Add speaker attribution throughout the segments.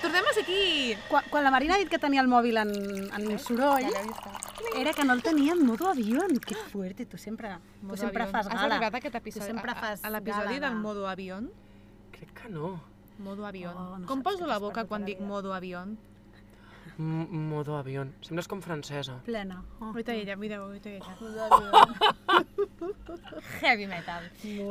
Speaker 1: Tornem a ser aquí!
Speaker 2: Quan, quan la Marina ha dit que tenia el mòbil en, en soroll, era que no el tenia en modo avión. Que fuerte, tu sempre, tu
Speaker 1: Modo
Speaker 2: sempre
Speaker 1: avión.
Speaker 2: fas
Speaker 1: Has
Speaker 2: gala.
Speaker 1: arribat a aquest episodi,
Speaker 2: sempre
Speaker 1: a- a-
Speaker 2: fas
Speaker 1: a l'episodi
Speaker 2: gala
Speaker 1: del
Speaker 2: de-
Speaker 1: modo avión?
Speaker 3: Crec que no.
Speaker 1: Modo avión.
Speaker 2: Oh, no
Speaker 1: Com
Speaker 2: saps
Speaker 1: poso
Speaker 2: què
Speaker 1: la
Speaker 2: t'has
Speaker 1: boca
Speaker 2: perdut
Speaker 1: quan
Speaker 2: a la
Speaker 1: dic
Speaker 2: vida.
Speaker 1: modo avión?
Speaker 3: M modo avión. Sembles com francesa.
Speaker 2: Plena. Oh.
Speaker 1: Ahorita ella, mireu, ahorita ella. Heavy metal.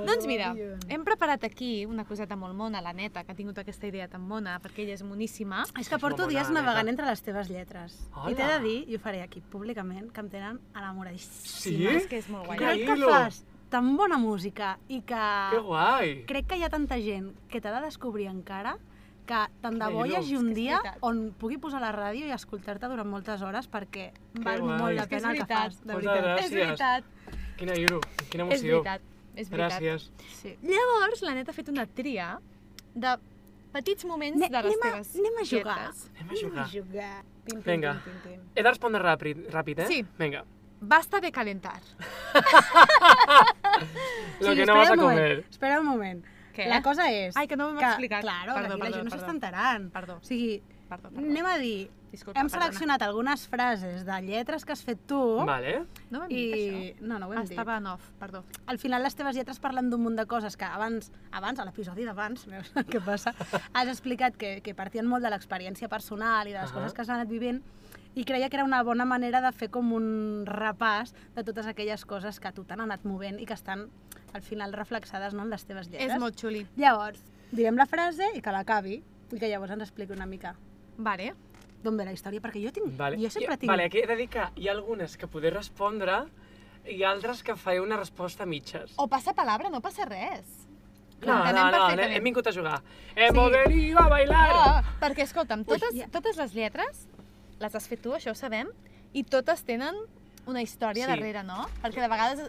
Speaker 1: doncs mira, hem preparat aquí una coseta molt mona, la neta, que ha tingut aquesta idea tan mona, perquè ella és moníssima.
Speaker 2: És que porto
Speaker 3: molt
Speaker 2: dies
Speaker 3: bona,
Speaker 2: navegant
Speaker 3: neta.
Speaker 2: entre les teves lletres. I t'he de
Speaker 3: Hola.
Speaker 2: dir, i ho faré aquí públicament, que em tenen enamoradíssima.
Speaker 3: Sí?
Speaker 1: És que és molt guai.
Speaker 3: Quina-
Speaker 2: Crec que
Speaker 3: Hilo.
Speaker 2: fas tan bona música i que...
Speaker 3: Que guai!
Speaker 2: Crec que hi ha tanta gent que t'ha de descobrir encara que tant de bo hi
Speaker 3: Hilo.
Speaker 2: hagi un
Speaker 1: És que és
Speaker 2: dia
Speaker 1: veritat.
Speaker 2: on pugui posar la ràdio i escoltar-te durant moltes hores perquè val
Speaker 3: guai.
Speaker 2: molt
Speaker 3: És
Speaker 2: la
Speaker 1: que és
Speaker 2: pena el que
Speaker 1: veritat.
Speaker 2: fas, de
Speaker 3: Moltes
Speaker 2: veritat.
Speaker 3: gràcies.
Speaker 1: És veritat,
Speaker 3: Quina iro, quina
Speaker 1: és
Speaker 3: emoció.
Speaker 1: veritat, és veritat.
Speaker 3: Gràcies.
Speaker 2: Sí.
Speaker 1: Llavors, la neta ha fet una tria de petits moments
Speaker 2: Ne-
Speaker 1: de les
Speaker 2: anem a-
Speaker 1: teves
Speaker 2: anem a jugar.
Speaker 1: dietes.
Speaker 3: Anem a jugar.
Speaker 2: jugar. Pim, pim,
Speaker 3: Vinga.
Speaker 2: Pim, pim, pim.
Speaker 3: He de respondre ràpid, ràpid eh?
Speaker 1: Sí.
Speaker 3: Vinga.
Speaker 1: Basta de calentar.
Speaker 3: Lo
Speaker 2: Sí,
Speaker 3: que
Speaker 2: espera
Speaker 3: no vas a
Speaker 2: un moment,
Speaker 3: comer.
Speaker 2: Espera un moment.
Speaker 1: Què?
Speaker 2: La cosa és...
Speaker 1: Ai, que no m'hem explicat.
Speaker 2: Claro,
Speaker 1: Perdó,
Speaker 2: aquí la
Speaker 1: perdó,
Speaker 2: gent
Speaker 1: perdó.
Speaker 2: s'està enterant.
Speaker 1: Perdó.
Speaker 2: O sigui,
Speaker 1: Perdó, perdó.
Speaker 2: anem a dir...
Speaker 1: Disculpa,
Speaker 2: Hem
Speaker 1: perdona.
Speaker 2: seleccionat algunes frases de lletres que has fet tu
Speaker 1: Oh.
Speaker 3: Vale.
Speaker 1: No m'hem dit
Speaker 2: i...
Speaker 1: això.
Speaker 2: No, no ho hem dit.
Speaker 1: Estava en off, perdó.
Speaker 2: al final les teves lletres parlen d'un munt de coses que abans, abans a l'episodi d'abans, veus què passa, has explicat que, que partien molt de l'experiència personal i de les
Speaker 3: Ahà.
Speaker 2: coses que has anat vivint i creia que era una bona manera de fer com un repàs de totes aquelles coses que a tu t'han anat movent i que estan al final reflexades no, en les teves lletres.
Speaker 1: És molt xuli.
Speaker 2: Llavors, direm la frase i que l'acabi i que llavors ens expliqui una mica
Speaker 1: Vale.
Speaker 2: d'on ve la història, perquè jo tinc...
Speaker 3: Vale.
Speaker 2: Jo sempre
Speaker 3: I-
Speaker 2: tinc...
Speaker 3: Vale, aquí he de dir que hi ha algunes que podré respondre i altres que faré una resposta a mitges.
Speaker 1: O passa palabra, no passa res.
Speaker 3: no,
Speaker 1: l'entenem
Speaker 3: no, no,
Speaker 1: perfectament.
Speaker 3: hem vingut a jugar. Hemos
Speaker 1: Sí.
Speaker 3: venido a bailar!
Speaker 1: Ah, perquè, escolta'm,
Speaker 2: Ui,
Speaker 1: totes,
Speaker 2: ja.
Speaker 1: totes les lletres les has fet tu, això ho sabem, i totes tenen una història
Speaker 3: Sí.
Speaker 1: darrere, no? Perquè de vegades...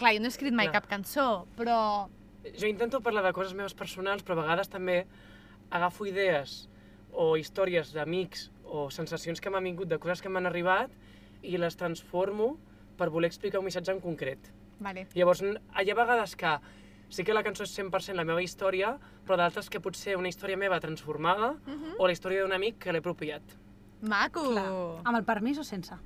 Speaker 1: Clar, jo no he escrit mai
Speaker 3: No.
Speaker 1: cap cançó, però...
Speaker 3: Jo intento parlar de coses meves personals, però a vegades també agafo idees o històries d'amics o sensacions que m'han vingut de coses que m'han arribat i les transformo per voler explicar un missatge en concret.
Speaker 1: Vale.
Speaker 3: Llavors, n- hi ha vegades que sí que la cançó és 100% la meva història, però d'altres que pot ser una història meva transformada
Speaker 2: Mhm.
Speaker 3: o la història d'un amic que l'he apropiat.
Speaker 1: Maco!
Speaker 2: Clar,
Speaker 3: oh.
Speaker 2: amb el permís o sense?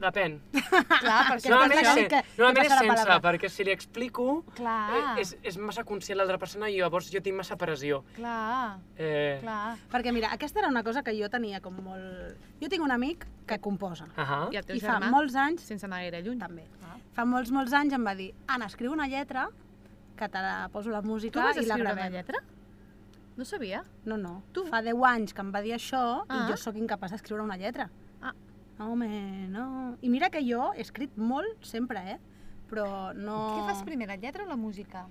Speaker 3: Depèn.
Speaker 1: Clar per això...
Speaker 2: passa
Speaker 3: Normalment és,
Speaker 2: que sí
Speaker 3: sen-
Speaker 2: que- que
Speaker 3: normalment és
Speaker 2: passa la
Speaker 3: sense,
Speaker 2: palabra. Ah.
Speaker 3: perquè si li explico
Speaker 1: Clar,
Speaker 3: eh, és, és massa conscient l'altra persona i llavors jo tinc massa pressió.
Speaker 1: clar,
Speaker 3: Eh,
Speaker 1: clar.
Speaker 2: Perquè mira, aquesta era una cosa que jo tenia com molt... Jo tinc un amic que composa.
Speaker 3: Ahà.
Speaker 1: I el teu
Speaker 2: I fa
Speaker 1: germà,
Speaker 2: molts anys,
Speaker 1: sense anar gaire lluny.
Speaker 2: també,
Speaker 1: Ah.
Speaker 2: fa molts, molts anys em va dir Anna, escriu una lletra, que te la poso la
Speaker 1: Tu
Speaker 2: música
Speaker 1: vas
Speaker 2: i la
Speaker 1: escriure una
Speaker 2: gravem.
Speaker 1: lletra? No sabia.
Speaker 2: No, no.
Speaker 1: Tu?
Speaker 2: Tu? Fa 10 anys que em va dir això
Speaker 1: Ah.
Speaker 2: i jo sóc incapaç d'escriure una lletra.
Speaker 1: Ah.
Speaker 2: Home, no... I mira que jo he escrit molt sempre, eh? Però no...
Speaker 1: Oh. Què fas primer, la lletra o la música?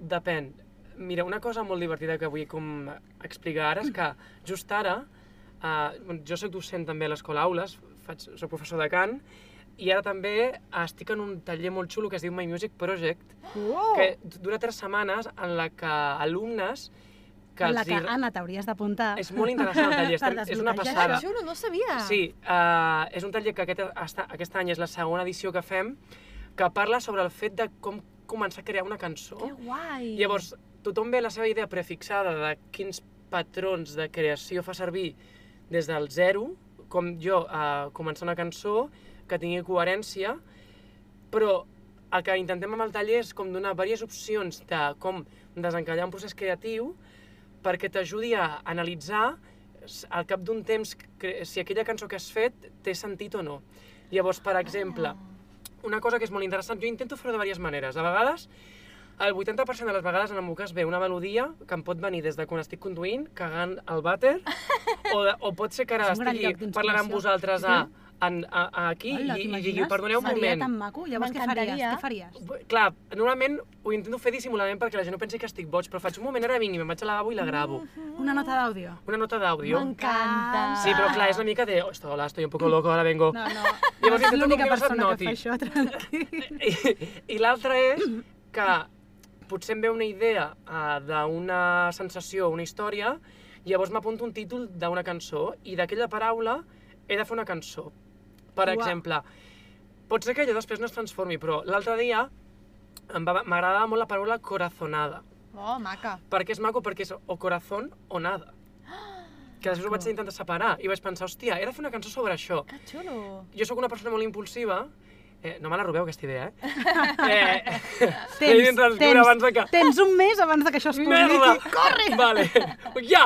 Speaker 3: Depèn. Mira, una cosa molt divertida que vull com explicar ara és que just ara, eh, bueno, jo sóc docent també a l'Escola Aules, faig, soc professor de cant, i ara també eh, estic en un taller molt xulo que es diu My Music Project,
Speaker 1: Oh!
Speaker 3: que dura tres setmanes en la que alumnes que
Speaker 2: En la
Speaker 3: els
Speaker 2: que,
Speaker 3: hi-
Speaker 2: Anna, t'hauries d'apuntar.
Speaker 3: És molt interessant el taller, estem- és una
Speaker 2: desbloquejar
Speaker 3: passada.
Speaker 1: Te juro, no sabia.
Speaker 3: Sí, uh, és un taller que aquest, esta- aquest any és la segona edició que fem, que parla sobre el fet de com començar a crear una cançó.
Speaker 1: Que guai.
Speaker 3: Llavors, tothom ve la seva idea prefixada de quins patrons de creació fa servir des del zero, com jo, a començar una cançó que tingui coherència, però el que intentem amb el taller és com donar diverses opcions de com desencallar un procés creatiu perquè t'ajudi a analitzar s- al cap d'un temps cre- si aquella cançó que has fet té sentit o no. Llavors, per exemple, una cosa que és molt interessant, jo intento fer-ho de diverses maneres. A vegades, el 80% de les vegades en el meu cas ve una melodia que em pot venir des de quan estic conduint, cagant al vàter, o, de, o pot ser que ara
Speaker 2: És un gran lloc
Speaker 3: estigui
Speaker 2: d'inspiració.
Speaker 3: parlant amb vosaltres a, en, a, a aquí
Speaker 2: Hola,
Speaker 3: i, i
Speaker 2: t'imagines?
Speaker 3: digui, perdoneu un
Speaker 2: Seria
Speaker 3: moment.
Speaker 2: tan maco. Llavors, què faries?
Speaker 1: M'encantaria.
Speaker 2: Què faries?
Speaker 3: B- Clar, normalment ho intento fer dissimuladament perquè la gent no pensi que estic boig, però faig un moment, ara vinc i me'n vaig al lavabo i la gravo.
Speaker 2: Una nota d'àudio.
Speaker 3: Una nota d'àudio.
Speaker 1: M'encanta.
Speaker 3: Sí, però clar, és una mica de... Esto, hola, estoy un poco loco, ara vengo.
Speaker 2: Mm. No, no.
Speaker 3: Llavors
Speaker 2: no
Speaker 3: intento
Speaker 2: és l'única
Speaker 3: que no se't
Speaker 2: persona
Speaker 3: noti.
Speaker 2: que fa això, tranquil.
Speaker 3: I, i l'altra és que potser em ve una idea uh, d'una sensació, una història, llavors m'apunto un títol d'una cançó i d'aquella paraula he de fer una cançó. Per
Speaker 2: Uau.
Speaker 3: exemple, pot ser que allò després no es transformi, però l'altre dia em va- m'agradava molt la paraula corazonada.
Speaker 1: Oh, maca.
Speaker 3: Per què és maco? Perquè és o corazón o nada. que després ho vaig intentar separar i vaig pensar, hòstia, he de fer una cançó sobre això.
Speaker 1: Que xulo!
Speaker 3: Jo sóc una persona molt impulsiva, eh, no me la robeu aquesta idea, eh? eh l'he
Speaker 2: Tens,
Speaker 3: d'intranscriure
Speaker 2: tens,
Speaker 3: abans de que-
Speaker 2: tens un mes abans de que això es
Speaker 3: merda!
Speaker 2: publiqui. Corre!
Speaker 3: Vale, ja!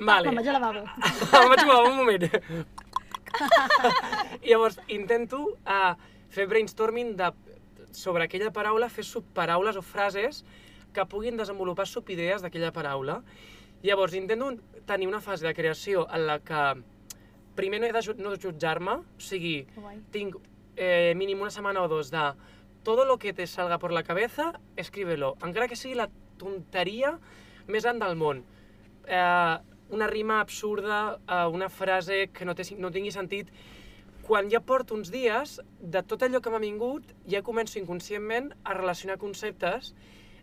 Speaker 3: Vale.
Speaker 2: Me'n vaig al lavabo.
Speaker 3: em vaig jugar un moment. I llavors intento uh, fer brainstorming de, sobre aquella paraula, fer subparaules o frases que puguin desenvolupar subidees d'aquella paraula. Llavors intento tenir una fase de creació en la que primer no he de ju- no jutjar-me, o sigui,
Speaker 1: Que guai.
Speaker 3: tinc eh, mínim una setmana o dos de todo lo que te salga por la cabeza, escríbelo, encara que sigui la tonteria més gran del món. Eh, una rima absurda, eh, una frase que no, té, sin- no tingui sentit. Quan ja porto uns dies, de tot allò que m'ha vingut, ja començo inconscientment a relacionar conceptes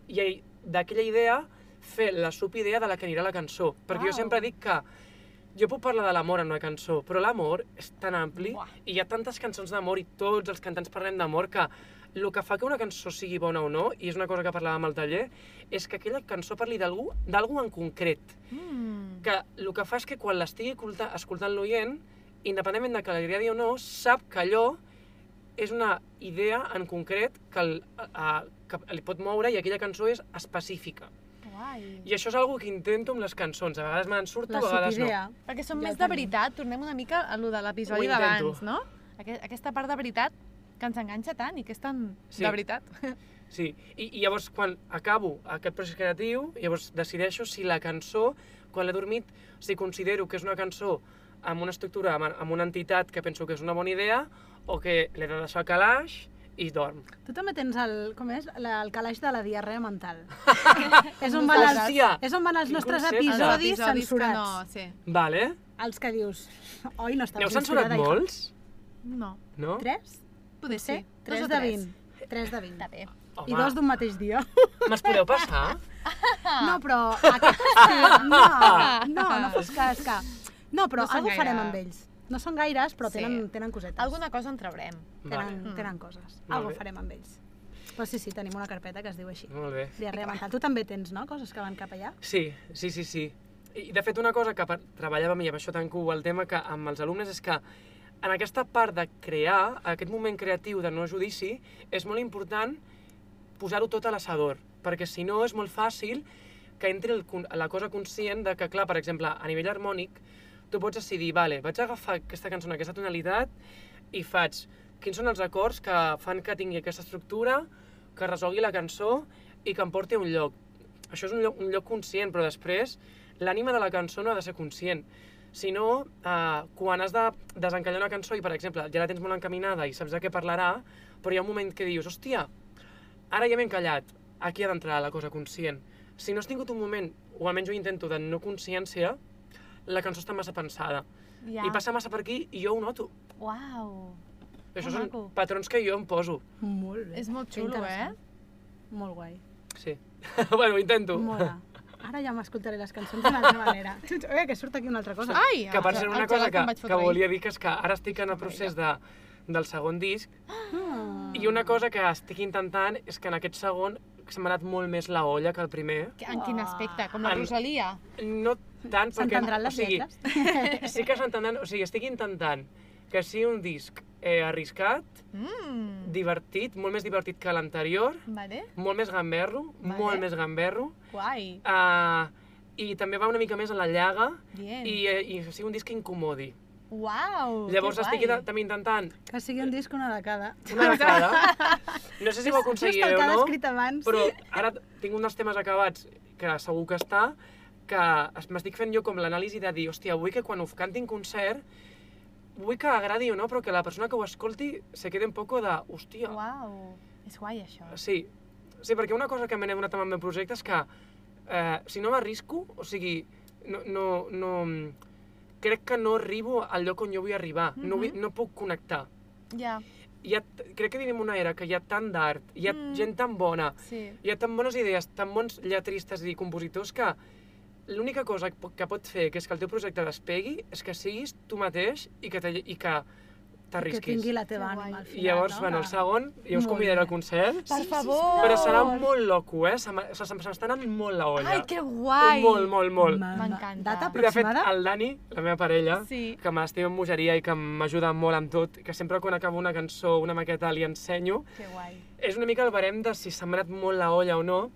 Speaker 3: i a- d'aquella idea fer la subidea de la que anirà la cançó. Perquè jo
Speaker 1: Uau.
Speaker 3: sempre dic que jo puc parlar de l'amor en una cançó, però l'amor és tan ampli
Speaker 1: Buah.
Speaker 3: i hi ha tantes cançons d'amor i tots els cantants parlem d'amor que el que fa que una cançó sigui bona o no, i és una cosa que parlàvem al taller, és que aquella cançó parli d'algú d'algú en concret.
Speaker 1: Mm.
Speaker 3: Que el que fa és que quan l'estigui escolta, escoltant l'oient, independentment de que li agradi o no, sap que allò és una idea en concret que, el, a, a, que li pot moure i aquella cançó és específica.
Speaker 1: Guai.
Speaker 3: I això és algo que intento amb les cançons. A vegades me'n surto,
Speaker 2: La
Speaker 3: a vegades no.
Speaker 2: subidea.
Speaker 1: Perquè són
Speaker 2: Ja
Speaker 1: més
Speaker 2: ho
Speaker 1: de
Speaker 2: tenim.
Speaker 1: veritat, tornem una mica a lo de
Speaker 3: Ho
Speaker 1: l'episodi
Speaker 3: intento.
Speaker 1: d'abans, no? Aqu- Aquesta part de veritat que ens enganxa tant i que és tan
Speaker 3: Sí.
Speaker 1: de veritat.
Speaker 3: Sí, I, i llavors quan acabo aquest procés creatiu, llavors decideixo si la cançó, quan l'he dormit, si considero que és una cançó amb una estructura, amb, amb una entitat que penso que és una bona idea, o que l'he de deixar al calaix i dorm.
Speaker 2: Tu també tens el, com és, La- el calaix de la diarrea mental. és, on
Speaker 1: No
Speaker 2: van els,
Speaker 3: Hòstia!
Speaker 2: és on van els
Speaker 3: Quin
Speaker 2: nostres
Speaker 3: concepte.
Speaker 1: Els
Speaker 2: episodis
Speaker 1: episodis que
Speaker 2: censurats.
Speaker 1: no, sí.
Speaker 3: Vale.
Speaker 2: Els que dius, oi, no estava
Speaker 3: N'heu censurat
Speaker 2: censurada, hija".
Speaker 3: molts?
Speaker 1: No,
Speaker 3: No?
Speaker 2: Tres?
Speaker 1: poder
Speaker 2: Sí,
Speaker 1: ser.
Speaker 2: tres de vint. Tres de vint.
Speaker 1: Està bé.
Speaker 2: I dos d'un mateix dia.
Speaker 3: me'ls podeu passar?
Speaker 1: Ah.
Speaker 2: No, però aquest estiu... No, no, no fos cas que... No, però
Speaker 1: No
Speaker 2: no
Speaker 1: són
Speaker 2: algo farem
Speaker 1: gaire.
Speaker 2: amb ells. No són gaires, però
Speaker 1: Sí.
Speaker 2: tenen, tenen cosetes.
Speaker 1: Alguna cosa en traurem.
Speaker 2: Tenen,
Speaker 1: Vale.
Speaker 2: tenen coses.
Speaker 3: Molt
Speaker 2: Algo
Speaker 3: bé.
Speaker 2: farem amb ells. Però sí, sí, tenim una carpeta que es diu així.
Speaker 3: Molt bé.
Speaker 2: Diarrea mental. Tu també tens, no?, coses que van cap allà.
Speaker 3: Sí, sí, sí, sí. I de fet una cosa que per... treballàvem i amb això tanco el tema que amb els alumnes és que en aquesta part de crear, aquest moment creatiu de no judici, és molt important posar-ho tot a l'assador, perquè si no és molt fàcil que entri el, con- la cosa conscient de que, clar, per exemple, a nivell harmònic, tu pots decidir, vale, vaig a agafar aquesta cançó en aquesta tonalitat i faig quins són els acords que fan que tingui aquesta estructura, que resolgui la cançó i que em porti a un lloc. Això és un lloc, un lloc conscient, però després l'ànima de la cançó no ha de ser conscient. Si no, eh, quan has de desencallar una cançó i, per exemple, ja la tens molt encaminada i saps de què parlarà, però hi ha un moment que dius, hòstia, ara ja m'he encallat, aquí ha d'entrar la cosa conscient. Si no has tingut un moment, o almenys ho intento, de no consciència, la cançó està massa pensada.
Speaker 1: Ja.
Speaker 3: I passa massa per aquí i jo ho noto.
Speaker 1: Uau.
Speaker 3: Això
Speaker 1: Que
Speaker 3: són
Speaker 1: maco.
Speaker 3: patrons que jo em poso.
Speaker 2: Molt bé.
Speaker 1: És molt
Speaker 2: Que
Speaker 1: xulo, eh?
Speaker 2: interessant. Molt guai.
Speaker 3: Sí. bueno, ho intento.
Speaker 2: Mola. Ara ja m'escoltaré les cançons d'una altra manera. Xuts, Eh, que surt aquí una altra cosa.
Speaker 1: Ai!
Speaker 3: que per ser
Speaker 1: el
Speaker 3: una
Speaker 1: gelat
Speaker 3: cosa
Speaker 1: em
Speaker 3: que,
Speaker 1: vaig
Speaker 3: que
Speaker 1: fotre ahir.
Speaker 3: volia dir que és que ara estic en el procés de, del segon disc
Speaker 2: Ah.
Speaker 3: i una cosa que estic intentant és que en aquest segon se m'ha anat molt més la olla que el primer.
Speaker 1: Que- En quin aspecte? Com la
Speaker 3: En-
Speaker 1: Rosalia?
Speaker 3: No tant perquè...
Speaker 2: S'entendran les
Speaker 3: o sigui,
Speaker 2: lletres?
Speaker 3: Sí que s'entendran, o sigui, estic intentant que sigui un disc eh, arriscat,
Speaker 1: Mm.
Speaker 3: divertit, molt més divertit que l'anterior,
Speaker 1: Vale.
Speaker 3: molt més gamberro,
Speaker 1: Vale.
Speaker 3: molt més gamberro,
Speaker 1: Guai.
Speaker 3: eh, i també va una mica més a la llaga,
Speaker 1: Bien.
Speaker 3: i, eh, i que sigui un disc que incomodi.
Speaker 1: Uau,
Speaker 3: Llavors
Speaker 1: que
Speaker 3: estic
Speaker 1: guai.
Speaker 3: int- també intentant
Speaker 2: Que sigui un disc una de cada.
Speaker 3: Una vegada. No sé si ho
Speaker 2: Just
Speaker 3: aconseguiré
Speaker 2: el que ha
Speaker 3: o no,
Speaker 2: descrit abans.
Speaker 3: però ara tinc un dels temes acabats que segur que està, que es- m'estic fent jo com l'anàlisi de dir, hòstia, vull que quan ho canti en concert, vull que agradi o no, però que la persona que ho escolti se quede un poco de, hòstia,
Speaker 1: Uau, és guai això.
Speaker 3: Sí, sí, perquè una cosa que m'he donat amb el meu projecte és que eh, si no m'arrisco, o sigui, no, no, no, crec que no arribo al lloc on jo vull arribar, no, vull,
Speaker 1: Mhm.
Speaker 3: no puc connectar.
Speaker 1: Ja,
Speaker 3: Hi ha, t- crec que vivim una era que hi ha tant d'art, hi ha
Speaker 1: Mm.
Speaker 3: gent tan bona,
Speaker 1: sí.
Speaker 3: hi ha tan bones idees, tan bons lletristes i compositors que l'única cosa que po- que pot fer que és que el teu projecte despegui és que siguis tu mateix i que, te, i que
Speaker 2: que
Speaker 3: t'arrisquis.
Speaker 2: tingui la teva
Speaker 1: Que guai.
Speaker 2: ànima al
Speaker 1: I
Speaker 2: final,
Speaker 3: I llavors,
Speaker 2: no?
Speaker 3: bueno, el segon, jo us
Speaker 2: Molt
Speaker 3: convidaré
Speaker 2: bé.
Speaker 3: al concert,
Speaker 1: Per
Speaker 2: sí,
Speaker 1: favor!
Speaker 3: però serà molt loco, eh? Se m'ha- se- se m'està anant molt la olla.
Speaker 1: Ai, que guai!
Speaker 3: Molt, molt, molt.
Speaker 2: Ma- ma-
Speaker 1: M'encanta.
Speaker 2: Data
Speaker 1: I
Speaker 3: I de fet,
Speaker 2: aproximada?
Speaker 3: el Dani, la meva parella,
Speaker 1: Sí.
Speaker 3: que m'estima amb bogeria i que m'ajuda molt amb tot, que sempre quan acabo una cançó, una maqueta, li ensenyo,
Speaker 1: Que guai.
Speaker 3: és una mica el barem de si s'ha anat molt la olla o no,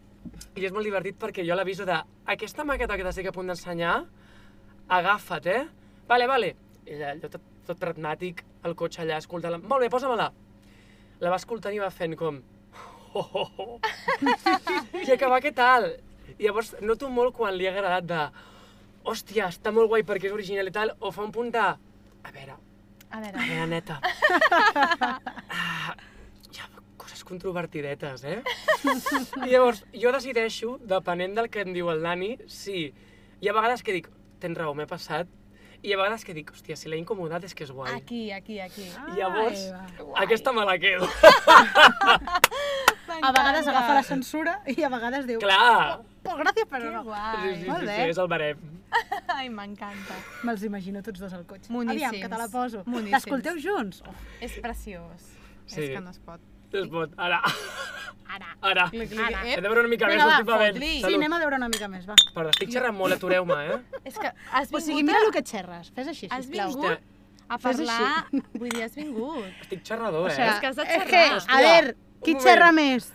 Speaker 3: i és molt divertit perquè jo l'aviso de aquesta maqueta que t'estic a punt d'ensenyar, agafa't, eh? Vale, vale. I ella, allò tot, tot pragmàtic, el cotxe allà, escoltant-la. Molt bé, posa-me-la. La va escoltant i va fent com... Oh, oh, oh. I acabar, què tal? I llavors noto molt quan li ha agradat de... Hòstia, està molt guai perquè és original i tal, o fa un punt de... A veure,
Speaker 1: A
Speaker 3: a
Speaker 1: veure,
Speaker 3: veure, neta. Ah, hi ha coses controvertidetes, eh? I llavors, jo decideixo, depenent del que em diu el Dani, si... Hi ha vegades que dic, tens raó, m'he passat, i hi ha vegades que dic, hòstia, si l'he incomodat és que és
Speaker 2: Ah,
Speaker 3: guai.
Speaker 1: aquí, aquí, aquí.
Speaker 2: Ai,
Speaker 3: llavors,
Speaker 2: va.
Speaker 1: Guai.
Speaker 3: Aquesta me la quedo.
Speaker 2: A vegades agafa la censura i a vegades diu...
Speaker 3: Clar!
Speaker 2: Pues gràcies,
Speaker 1: Que
Speaker 2: però no.
Speaker 1: guai.
Speaker 3: Sí, sí,
Speaker 2: molt
Speaker 3: sí,
Speaker 2: bé.
Speaker 3: sí, és el barem.
Speaker 1: Ai, m'encanta.
Speaker 2: Me'ls imagino tots dos al cotxe.
Speaker 1: Moníssims.
Speaker 2: Aviam, que te la poso.
Speaker 1: Moníssims.
Speaker 2: L'escolteu junts? Oh,
Speaker 1: És preciós.
Speaker 3: Sí.
Speaker 1: És que no es pot.
Speaker 3: Es pot, ara,
Speaker 2: ara.
Speaker 3: ara.
Speaker 1: Clic, clic,
Speaker 2: Ara.
Speaker 1: ep.
Speaker 3: Hem de veure una mica
Speaker 2: Vinga,
Speaker 3: més,
Speaker 2: va,
Speaker 3: estic bevent.
Speaker 1: fot-li.
Speaker 2: Sí,
Speaker 3: Salut.
Speaker 2: anem a veure una mica més, va.
Speaker 3: Perdó, estic xerrant molt, atureu-me, eh?
Speaker 1: És que has vingut,
Speaker 2: O sigui, mira el que et xerres. Fes així,
Speaker 1: has
Speaker 2: sisplau.
Speaker 1: vingut a
Speaker 2: Fes així.
Speaker 1: parlar... Vull dir, has vingut.
Speaker 3: Estic xerrador, eh?
Speaker 1: O sigui, És que has de
Speaker 2: és que,
Speaker 1: xerrar.
Speaker 2: a veure, qui
Speaker 3: un moment.
Speaker 2: xerra més?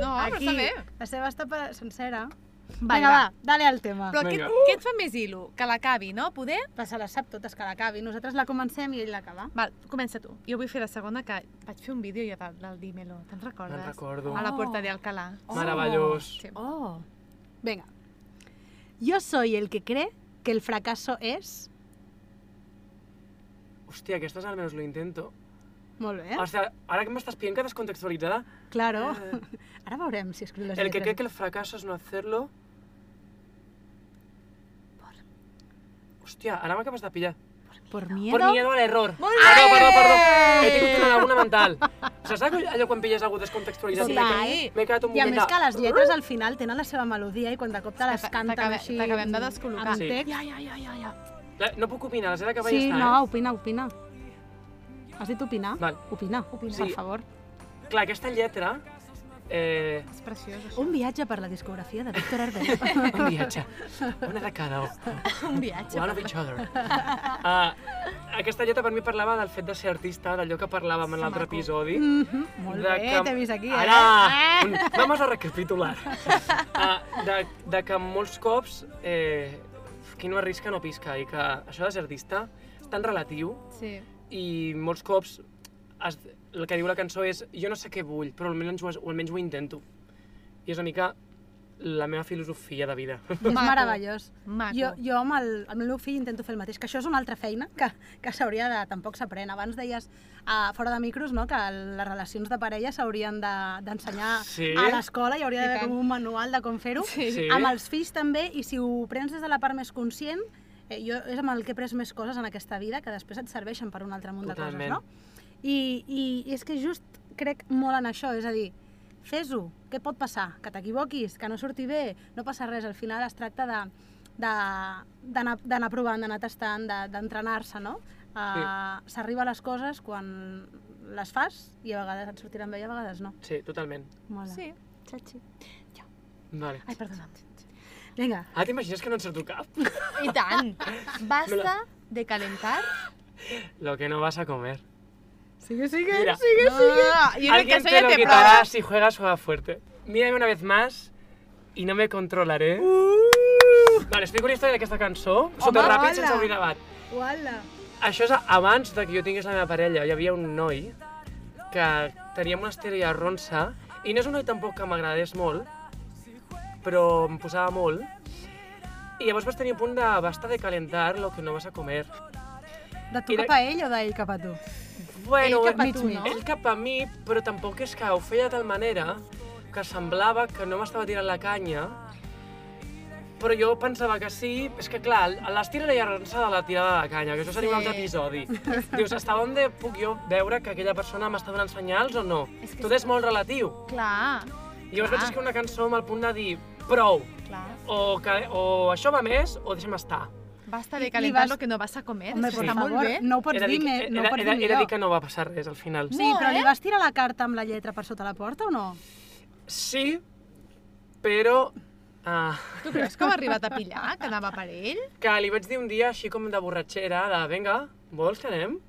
Speaker 1: No, Ah, però està bé.
Speaker 2: La seva està per... sencera.
Speaker 1: Vinga,
Speaker 2: Vinga, va, dale al tema.
Speaker 1: Però què,
Speaker 3: Vinga.
Speaker 1: què et fa més il·lu? Que l'acabi, no? Poder?
Speaker 2: Però se les sap totes, que l'acabi. Nosaltres la comencem i ell l'acaba.
Speaker 1: Val, comença tu. Jo vull fer la segona, que vaig fer un vídeo jo del, del Dímelo. Te'n recordes?
Speaker 3: Me'n recordo.
Speaker 1: A la
Speaker 2: Oh.
Speaker 1: Puerta de Alcalá.
Speaker 2: Oh.
Speaker 3: Meravellós.
Speaker 1: Sí.
Speaker 2: Oh. Venga. Yo soy el que cree que el fracaso es... oh.
Speaker 3: Hòstia, aquestes almenys lo intento.
Speaker 2: Molt bé.
Speaker 3: O sigui, ara que m'estàs pient que descontextualitzada,
Speaker 2: Claro. Ara veurem si escriu les
Speaker 3: el que cree
Speaker 2: lletres.
Speaker 3: que el fracaso es no hacerlo... Hòstia, ara m'acabes de pillar.
Speaker 2: Por miedo.
Speaker 3: Por miedo al error.
Speaker 1: Molt
Speaker 3: Perdó, perdó, perdó. He tingut una laguna mental. Saps aquell- allò quan pilles algú descontextualitzat?
Speaker 2: Sí.
Speaker 3: M'he quedat-
Speaker 1: Sí.
Speaker 3: M'he quedat un
Speaker 2: I a
Speaker 3: moment
Speaker 2: més
Speaker 3: de-
Speaker 2: que les lletres al final tenen la seva melodia i quan de copte les
Speaker 1: t'aca-
Speaker 2: canten
Speaker 1: t'acabe-
Speaker 2: així...
Speaker 1: t'acabem de
Speaker 2: amb-
Speaker 1: descol·locar.
Speaker 2: Amb
Speaker 3: Sí.
Speaker 2: text. Ja, ja, ja, ja, ja.
Speaker 3: La- No puc opinar, les he d'acabar i
Speaker 2: Sí,
Speaker 3: ja està,
Speaker 2: no,
Speaker 3: eh?
Speaker 2: opina, opina. Has dit opinar?
Speaker 3: Val.
Speaker 2: Opinar,
Speaker 1: Opinar.
Speaker 2: per
Speaker 3: Sí.
Speaker 2: favor.
Speaker 3: Clar, aquesta lletra... Eh,
Speaker 1: És preciós, això.
Speaker 2: Un viatge per la discografia de Víctor Herbert.
Speaker 3: un viatge, una de cada,
Speaker 1: Un viatge.
Speaker 3: one of each other. Uh, aquesta lletra per mi parlava del fet de ser artista, d'allò que parlàvem en l'altre
Speaker 1: maco.
Speaker 3: episodi.
Speaker 2: Mhm, Molt
Speaker 3: de
Speaker 2: bé,
Speaker 3: que-
Speaker 2: t'he vist aquí. eh?
Speaker 3: Ara! Un- Vamos a recapitular. Uh, de, de que molts cops eh, qui no arrisca no pisca i que això de ser artista és tan relatiu
Speaker 1: Sí.
Speaker 3: i molts cops es, el que diu la cançó és jo no sé què vull, però almenys, ho- o almenys ho intento. I és una mica la meva filosofia de vida.
Speaker 2: És
Speaker 1: Maco.
Speaker 2: meravellós.
Speaker 1: Maco.
Speaker 2: Jo, jo amb el, amb el meu fill intento fer el mateix, que això és una altra feina que, que s'hauria de... tampoc s'aprèn. Abans deies, a, fora de micros, no?, que les relacions de parella s'haurien de- d'ensenyar
Speaker 3: Sí.
Speaker 2: a l'escola i
Speaker 1: I
Speaker 2: hauria d'haver
Speaker 1: tant.
Speaker 2: com un manual de com fer-ho.
Speaker 1: Sí.
Speaker 3: Sí.
Speaker 2: Amb els fills també, i si ho prens des de la part més conscient, eh, jo és amb el que he pres més coses en aquesta vida que després et serveixen per un altre munt
Speaker 3: Totalment.
Speaker 2: de coses, no? I, i, I és que just crec molt en això, és a dir, fes-ho, què pot passar? Que t'equivoquis, que no surti bé, no passa res, al final es tracta de de- d'anar d'anar provant, d'anar tastant, de- d'entrenar-se, no? Uh, S'arriba a les coses quan les fas i a vegades et sortiran bé i a vegades no.
Speaker 3: Sí, totalment.
Speaker 2: Mola.
Speaker 1: Sí.
Speaker 2: Xachi.
Speaker 3: Vale.
Speaker 2: Ai, perdona. Vinga.
Speaker 3: Ah, t'imagines que no encerto cap?
Speaker 1: I tant. Basta de calentar.
Speaker 3: Lo que no vas a comer.
Speaker 2: Sigue, sigue,
Speaker 3: Mira.
Speaker 2: sigue,
Speaker 1: No, no, no. Yo creo Ah, que
Speaker 3: Alguien
Speaker 1: eso
Speaker 3: te
Speaker 1: ya
Speaker 3: lo
Speaker 1: te
Speaker 3: quitará
Speaker 1: pruebas.
Speaker 3: si juegas juega fuerte. Mírame una vez más y no me controlaré. Vale, explico la història d'aquesta cançó, superràpid,
Speaker 2: hola.
Speaker 3: sense obrir debat.
Speaker 2: Uala.
Speaker 3: Això és abans de que jo tingués la meva parella. Hi havia un noi que tenia una estrella ronsa i no és un noi tampoc que m'agradés molt, però em posava molt. I llavors vas tenir un punt de basta de calentar lo que no vas a comer.
Speaker 2: De tu
Speaker 3: Mira-
Speaker 2: cap a ell o d'ell cap a tu?
Speaker 3: Bueno,
Speaker 1: Ell cap a
Speaker 2: mig,
Speaker 1: tu,
Speaker 2: mig.
Speaker 1: no?
Speaker 3: Ell cap a mi, però tampoc és que ho feia de tal manera que semblava que no m'estava tirant la canya, però jo pensava que sí, és que clar, l'estirada i arrença de la tirada de la canya, que això seria un
Speaker 1: Sí.
Speaker 3: altre episodi. Dius, està on de puc jo veure que aquella persona m'està donant senyals o no?
Speaker 1: És que
Speaker 3: Tot
Speaker 1: sí.
Speaker 3: és molt relatiu.
Speaker 1: Clar,
Speaker 3: I llavors
Speaker 1: Clar.
Speaker 3: vaig escriure una cançó amb el punt de dir prou,
Speaker 1: clar.
Speaker 3: o, que, o això va més o deixa'm estar.
Speaker 1: basta
Speaker 2: I-
Speaker 1: de
Speaker 2: i
Speaker 1: calentar
Speaker 2: vas-
Speaker 1: lo que no vas a comer.
Speaker 2: Home,
Speaker 1: és que
Speaker 2: per
Speaker 1: està
Speaker 2: favor,
Speaker 1: molt bé.
Speaker 2: no ho pots
Speaker 3: He de
Speaker 2: dir,
Speaker 3: dir,
Speaker 2: me,
Speaker 3: he,
Speaker 2: no ho
Speaker 3: de-
Speaker 2: pots
Speaker 3: he, de,
Speaker 2: dir
Speaker 3: he de dir
Speaker 2: millor.
Speaker 3: que no va passar res al final.
Speaker 2: Sí,
Speaker 1: No,
Speaker 2: però li
Speaker 1: eh?
Speaker 2: vas tirar la carta amb la lletra per sota la porta o no?
Speaker 3: Sí, però... ah,
Speaker 1: Tu creus que ho ha arribat a pillar, que anava per ell?
Speaker 3: que li vaig dir un dia així com de borratxera, de vinga, vols que anem?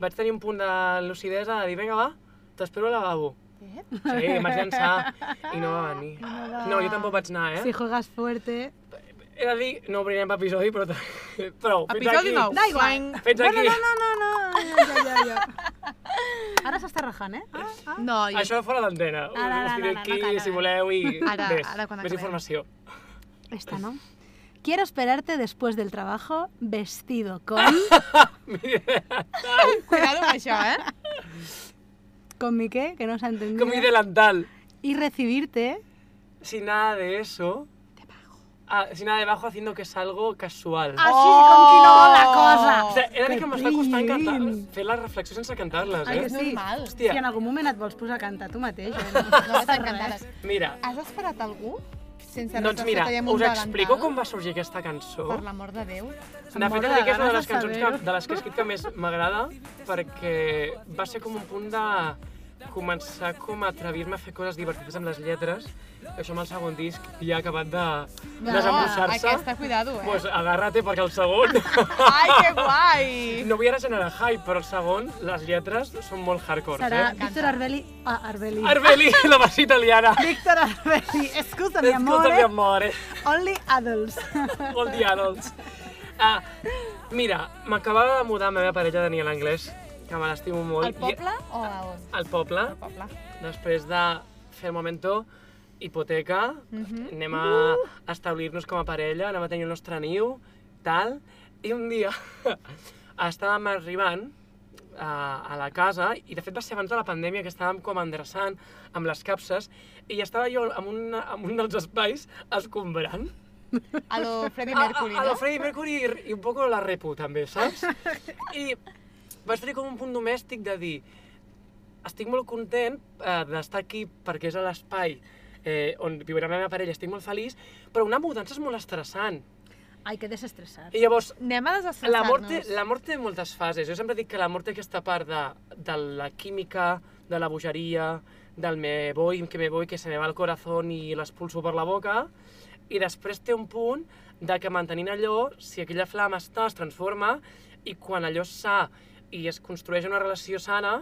Speaker 3: Vaig tenir un punt de lucidesa de dir, vinga va, t'espero al lavabo.
Speaker 1: Eh?
Speaker 3: Sí, em vaig llançar i no va venir. No, jo tampoc vaig anar, eh?
Speaker 2: Si juegas fuerte...
Speaker 3: He de dir, no obrirem episodi, però... Prou, fins
Speaker 1: Episodi
Speaker 3: aquí.
Speaker 1: nou.
Speaker 2: Da igual.
Speaker 1: Quang.
Speaker 3: Fins
Speaker 2: bueno,
Speaker 3: aquí.
Speaker 2: no, no, no, no, ja, ja, ja, ja. Ara s'està rajant, eh? Ah, ah.
Speaker 1: No, jo...
Speaker 3: Això fora d'antena.
Speaker 2: No, no, no,
Speaker 3: Us diré
Speaker 2: no, no,
Speaker 3: aquí,
Speaker 2: no cal, no
Speaker 3: si
Speaker 2: cal.
Speaker 3: voleu, i
Speaker 1: Ara-
Speaker 3: més,
Speaker 1: ara quan
Speaker 3: més
Speaker 1: acabem.
Speaker 3: informació.
Speaker 2: Esta, ¿no? Quiero esperarte después del trabajo vestido con...
Speaker 1: Cuidado amb això, eh?
Speaker 2: ¿Con mi qué? Que no se ha entendido.
Speaker 3: Com mi delantal.
Speaker 2: Y recibirte...
Speaker 3: Sin nada de eso... Ah, sin nada debajo, haciendo que es algo casual.
Speaker 2: Així, Ah, com qui no vol la cosa.
Speaker 3: O sigui, he de dir que m'està costant
Speaker 2: brilli.
Speaker 3: cantar, fer les reflexions sense cantar-les,
Speaker 1: Ai,
Speaker 3: eh?
Speaker 1: és normal.
Speaker 2: Si
Speaker 3: Hòstia,
Speaker 2: en algun moment et vols posar a cantar tu mateix, eh?
Speaker 1: No vas encantar.
Speaker 3: mira,
Speaker 1: Has esperat algú? Sense
Speaker 3: doncs mira, us explico com va sorgir aquesta cançó.
Speaker 1: Per l'amor de Déu.
Speaker 3: De fet,
Speaker 2: moro
Speaker 3: he
Speaker 2: de
Speaker 3: de dir que és una de
Speaker 2: ganes
Speaker 3: les
Speaker 2: de
Speaker 3: cançons que,
Speaker 2: saber-ho.
Speaker 3: de les que he escrit que més m'agrada perquè va ser com un punt de començar com a atrevir-me a fer coses divertides amb les lletres. Això amb el segon disc ja ha acabat de desembussar-se.
Speaker 1: Aquesta, cuidado, eh?
Speaker 3: Pues agarra-te perquè el segon...
Speaker 1: Ai, que guai!
Speaker 3: No vull ara generar hype, però el segon, les lletres són molt hardcore,
Speaker 2: Serà
Speaker 3: eh?
Speaker 2: Víctor Arbeli... Ah, Arbeli.
Speaker 3: Arbeli, la versió italiana.
Speaker 2: Víctor Arbeli. Escuta, mi amor.
Speaker 3: Escolta, mi amore.
Speaker 2: Only adults.
Speaker 3: Vol dir adults. Ah, mira, m'acabava de mudar la meva parella Daniel Anglès, que me l'estimo molt.
Speaker 1: Al poble o a on?
Speaker 3: I, al poble,
Speaker 1: Al poble.
Speaker 3: després de fer el momento hipoteca,
Speaker 1: Mhm.
Speaker 3: anem a establir-nos com a parella, anem a tenir el nostre niu, tal, i un dia estàvem arribant eh, a, a la casa, i de fet va ser abans de la pandèmia que estàvem com endreçant amb les capses, i estava jo en un, en un dels espais escombrant,
Speaker 1: A lo Freddie Mercury,
Speaker 3: a, a, a
Speaker 1: no?
Speaker 3: lo Freddie Mercury i, i un poc la repu, també, saps? I vaig tenir com un punt domèstic de dir estic molt content eh, d'estar aquí perquè és a l'espai eh, on viurà la meva parella, estic molt feliç, però una mudança és molt estressant.
Speaker 2: Ai, que desestressar.
Speaker 3: I llavors,
Speaker 1: Anem a
Speaker 3: la mort, té,
Speaker 1: desestressar-nos.
Speaker 3: la mort té moltes fases. Jo sempre dic que la mort té aquesta part de, de la química, de la bogeria, del me voy, que me voy, que se me va el corazón i l'expulso per la boca, i després té un punt de que mantenint allò, si aquella flama està, es transforma, i quan allò és sa i es construeix una relació sana,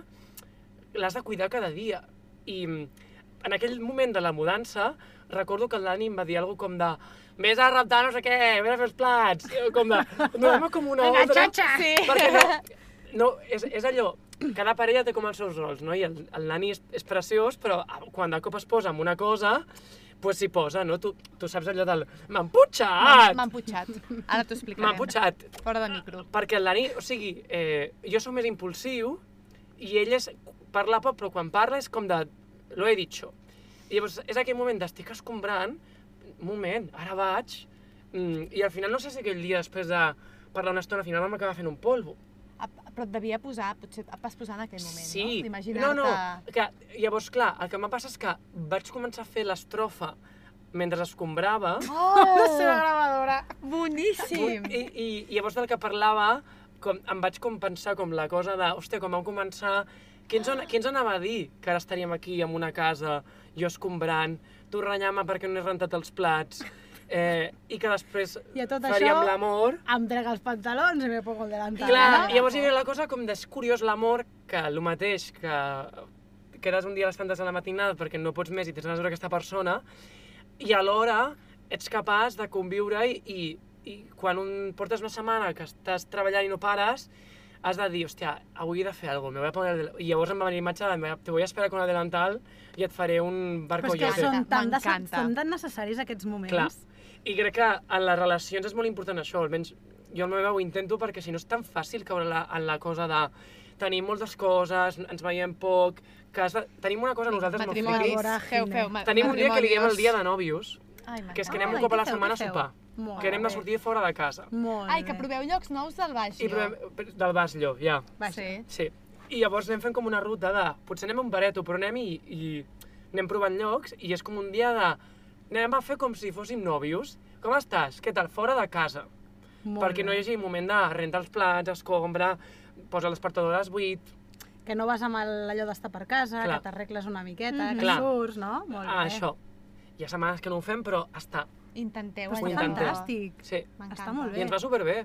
Speaker 3: l'has de cuidar cada dia. I mm, en aquell moment de la mudança, recordo que l'Ani em va dir alguna com de vés a reptar no sé què, vés a fer els plats, com de... Donem com una
Speaker 2: Vinga,
Speaker 3: ordre,
Speaker 2: xatxa!
Speaker 1: Sí.
Speaker 3: perquè no, no és, és allò, cada parella té com els seus rols, no? I el, el nani és, és preciós, però ah, quan de cop es posa en una cosa, pues s'hi posa, no? Tu, tu saps allò del... M'han
Speaker 1: M'han-
Speaker 3: putxat!
Speaker 1: M'han putxat. Ara t'ho explicarem.
Speaker 3: M'han putxat!
Speaker 1: Fora de micro.
Speaker 3: Perquè el Dani, o sigui, eh, jo sóc més impulsiu i ell és, parla poc, però quan parla és com de... Lo he dicho. I llavors és aquell moment d'estic escombrant, un moment, ara vaig, mm, i al final no sé si aquell dia després de parlar una estona, al final vam acabar fent un polvo.
Speaker 1: Ah, Però et devia posar, potser et vas posar en aquell moment, no?
Speaker 3: no,
Speaker 1: D'imaginar-te-
Speaker 3: no, que, llavors, clar, el que em va passar és que vaig començar a fer l'estrofa mentre escombrava,
Speaker 1: Oh!
Speaker 2: La seva gravadora.
Speaker 1: Boníssim!
Speaker 3: I, i, I llavors del que parlava, com, em vaig com pensar com la cosa de, hòstia, quan vam començar, què ens, an- què ens anava a dir que ara estaríem aquí en una casa, jo escombrant, tu renyant-me perquè no he rentat els plats, eh, i que després
Speaker 2: I a tot
Speaker 3: faríem
Speaker 2: això-
Speaker 3: l'amor.
Speaker 2: Em trec els pantalons i me pongo el delantal.
Speaker 3: Clar,
Speaker 1: no?
Speaker 3: i llavors hi havia la cosa com d'és curiós l'amor, que el mateix que quedes un dia a les tantes de la matinada perquè no pots més i tens ganes de veure aquesta persona, i alhora ets capaç de conviure i, i, i quan un, portes una setmana que estàs treballant i no pares, has de dir, hòstia, avui he de fer alguna cosa, me voy a poner... el del-". I llavors em va venir la imatge de, "Me- te voy a esperar con el delantal i et faré un
Speaker 2: Però és que
Speaker 3: barcollete.
Speaker 2: són tan, de,
Speaker 1: M'encanta.
Speaker 2: són tan necessaris aquests moments.
Speaker 3: Clar. I crec que en les relacions és molt important això, almenys jo en la meva ho intento perquè si no és tan fàcil caure en la, en la cosa de tenim moltes coses, ens veiem poc, que has de... tenim una cosa nosaltres molt
Speaker 1: Matrimonis.
Speaker 3: friquis.
Speaker 2: friquis.
Speaker 1: eh, Feu, feu, ma-
Speaker 3: Tenim un dia que li diem el dia
Speaker 1: matrimonios.
Speaker 3: de nòvios,
Speaker 1: Ai,
Speaker 3: que és
Speaker 1: m'encanta.
Speaker 3: que anem un
Speaker 2: Ai,
Speaker 3: cop a la
Speaker 2: què feu,
Speaker 3: setmana a
Speaker 2: què feu?
Speaker 3: sopar,
Speaker 2: Molt
Speaker 3: que anem de
Speaker 2: bé.
Speaker 3: sortir fora de casa.
Speaker 2: Molt
Speaker 1: Ai, que
Speaker 2: bé.
Speaker 1: proveu llocs nous del Baix.
Speaker 3: I provem del Baix Llop, ja.
Speaker 2: Vaja.
Speaker 1: Sí.
Speaker 3: Sí. I llavors anem fent com una ruta de... Potser anem a un bareto, però anem i, i anem provant llocs i és com un dia de... Anem a fer com si fóssim nòvios. Com estàs? Què tal? Fora de casa.
Speaker 2: Molt
Speaker 3: perquè no
Speaker 2: bé.
Speaker 3: hi hagi moment de rentar els plats, escombra, posa l'espertadores buit...
Speaker 2: Que no vas amb el- allò d'estar per casa,
Speaker 3: Clar.
Speaker 2: que t'arregles una miqueta,
Speaker 1: Mhm.
Speaker 2: que
Speaker 3: Clar.
Speaker 2: surts, no? Molt
Speaker 3: Ah,
Speaker 2: bé.
Speaker 3: això. Hi ha setmanes que no ho fem, però està...
Speaker 1: Intenteu eh?
Speaker 2: Però
Speaker 3: Ho
Speaker 2: està
Speaker 3: intentem.
Speaker 2: fantàstic.
Speaker 3: Sí,
Speaker 1: M'encanta.
Speaker 2: Està molt
Speaker 3: i
Speaker 2: bé.
Speaker 3: ens va superbé.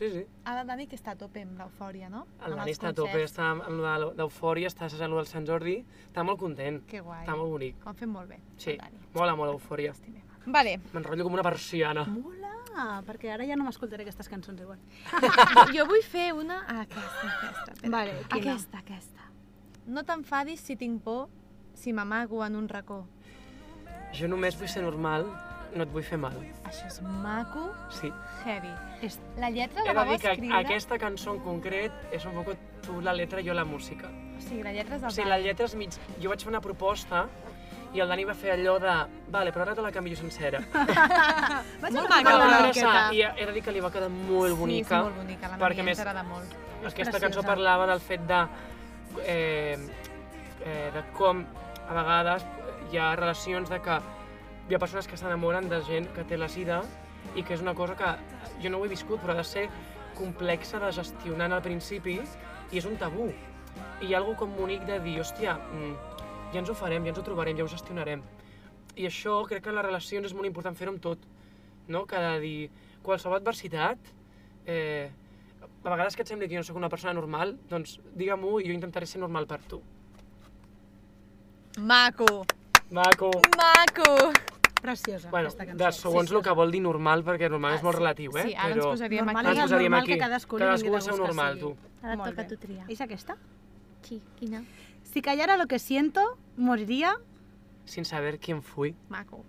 Speaker 3: Sí, sí.
Speaker 1: Ara el Dani que està a tope amb l'eufòria, no?
Speaker 3: El
Speaker 1: Amb
Speaker 3: Dani
Speaker 1: els
Speaker 3: està a tope,
Speaker 1: concerts.
Speaker 3: està amb amb lo de d'eufòria, està assajant lo del Sant Jordi, està molt content,
Speaker 1: Que guai.
Speaker 3: està molt bonic.
Speaker 1: Ho han fet molt bé,
Speaker 3: Sí,
Speaker 1: el Dani.
Speaker 3: mola molt eufòria.
Speaker 1: Estimem. Vale,
Speaker 3: M'enrotllo com una persiana.
Speaker 2: Mola, perquè ara ja no m'escoltaré aquestes cançons igual.
Speaker 1: jo vull fer una... Ah, aquesta, aquesta. Espera.
Speaker 2: Vale, quina?
Speaker 1: aquesta, aquesta. No t'enfadis si tinc por, si m'amago en un racó.
Speaker 3: Jo només vull ser normal, no et vull fer mal.
Speaker 1: Això és maco,
Speaker 3: Sí.
Speaker 1: heavy.
Speaker 2: És...
Speaker 1: La lletra
Speaker 3: He
Speaker 1: la
Speaker 3: de
Speaker 1: vau
Speaker 3: dir que
Speaker 1: escriure...
Speaker 3: aquesta cançó en concret és un poc tu la lletra i jo la música.
Speaker 1: O sigui, la lletra és
Speaker 3: O
Speaker 1: del
Speaker 3: sigui, la lletra és mig... Jo vaig fer una proposta i el Dani va fer allò de... Vale, però ara te la canvio sencera.
Speaker 2: Vaig
Speaker 1: Molt
Speaker 2: a
Speaker 1: maca,
Speaker 2: una
Speaker 1: però-
Speaker 2: miqueta.
Speaker 3: I he de dir que li va quedar molt
Speaker 1: Sí,
Speaker 3: bonica.
Speaker 1: és molt bonica, la
Speaker 3: perquè
Speaker 1: Maria
Speaker 3: més-
Speaker 1: ens agrada molt.
Speaker 3: Aquesta
Speaker 2: Preciosa.
Speaker 3: cançó parlava del fet de, eh, eh, de com a vegades hi ha relacions de que hi ha persones que s'enamoren de gent que té la sida i que és una cosa que jo no ho he viscut, però ha de ser complexa de gestionar al principi i és un tabú. I hi ha alguna com bonic de dir, hòstia, mm, ja ens ho farem, ja ens ho trobarem, ja ho gestionarem. I això crec que en les relacions és molt important fer-ho amb tot, no? Que de dir, qualsevol adversitat, eh, a vegades que et sembli que jo no sóc una persona normal, doncs digue-m'ho i jo intentaré ser normal per tu.
Speaker 1: Maco,
Speaker 3: Oh. Maco!
Speaker 1: maco!
Speaker 2: Preciosa,
Speaker 3: Bueno,
Speaker 2: aquesta cançó.
Speaker 3: de segons el que vol dir normal, perquè normal és molt relatiu, eh?
Speaker 1: Ah, Sí, ara ens posaríem
Speaker 2: Normal
Speaker 1: aquí.
Speaker 2: és
Speaker 3: Ara ens
Speaker 2: el
Speaker 3: posaríem
Speaker 2: normal
Speaker 3: aquí.
Speaker 2: que cadascú li
Speaker 3: Cadascú
Speaker 2: vingui de
Speaker 3: el seu
Speaker 2: gust que
Speaker 3: normal,
Speaker 2: sigui.
Speaker 3: tu.
Speaker 1: Ara
Speaker 2: Molt
Speaker 1: toca
Speaker 2: bé.
Speaker 1: tu triar.
Speaker 2: És aquesta?
Speaker 1: Sí, quina?
Speaker 2: Si callara lo que siento, moriria.
Speaker 3: Sin saber quién fui.
Speaker 1: Maco.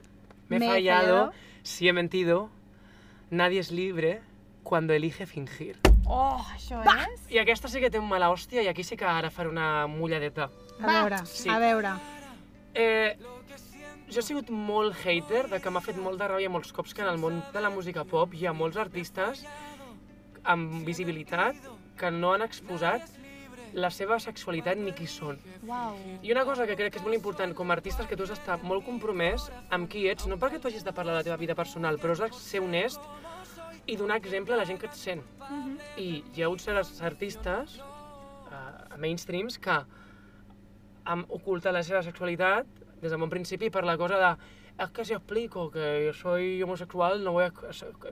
Speaker 3: Me he
Speaker 2: Me he
Speaker 3: fallado,
Speaker 2: fallado.
Speaker 3: si he mentido, nadie es libre cuando elige fingir.
Speaker 1: Oh, això és...
Speaker 3: I aquesta sí que té un mala hòstia i aquí sí que ara faré una mulladeta.
Speaker 2: A
Speaker 1: Va.
Speaker 2: veure,
Speaker 3: Sí.
Speaker 2: a veure.
Speaker 3: Eh, jo he sigut molt hater, de que m'ha fet molt de ràbia molts cops que en el món de la música pop hi ha molts artistes amb visibilitat que no han exposat la seva sexualitat ni qui són.
Speaker 1: Uau.
Speaker 3: I una cosa que crec que és molt important com a artista és que tu has d'estar molt compromès amb qui ets, no perquè tu hagis de parlar de la teva vida personal, però has de ser honest i donar exemple a la gent que et sent. I hi ha hagut certs artistes eh, mainstreams que han ocultat la seva sexualitat des de bon principi per la cosa de es que si explico que yo soy homosexual no voy a,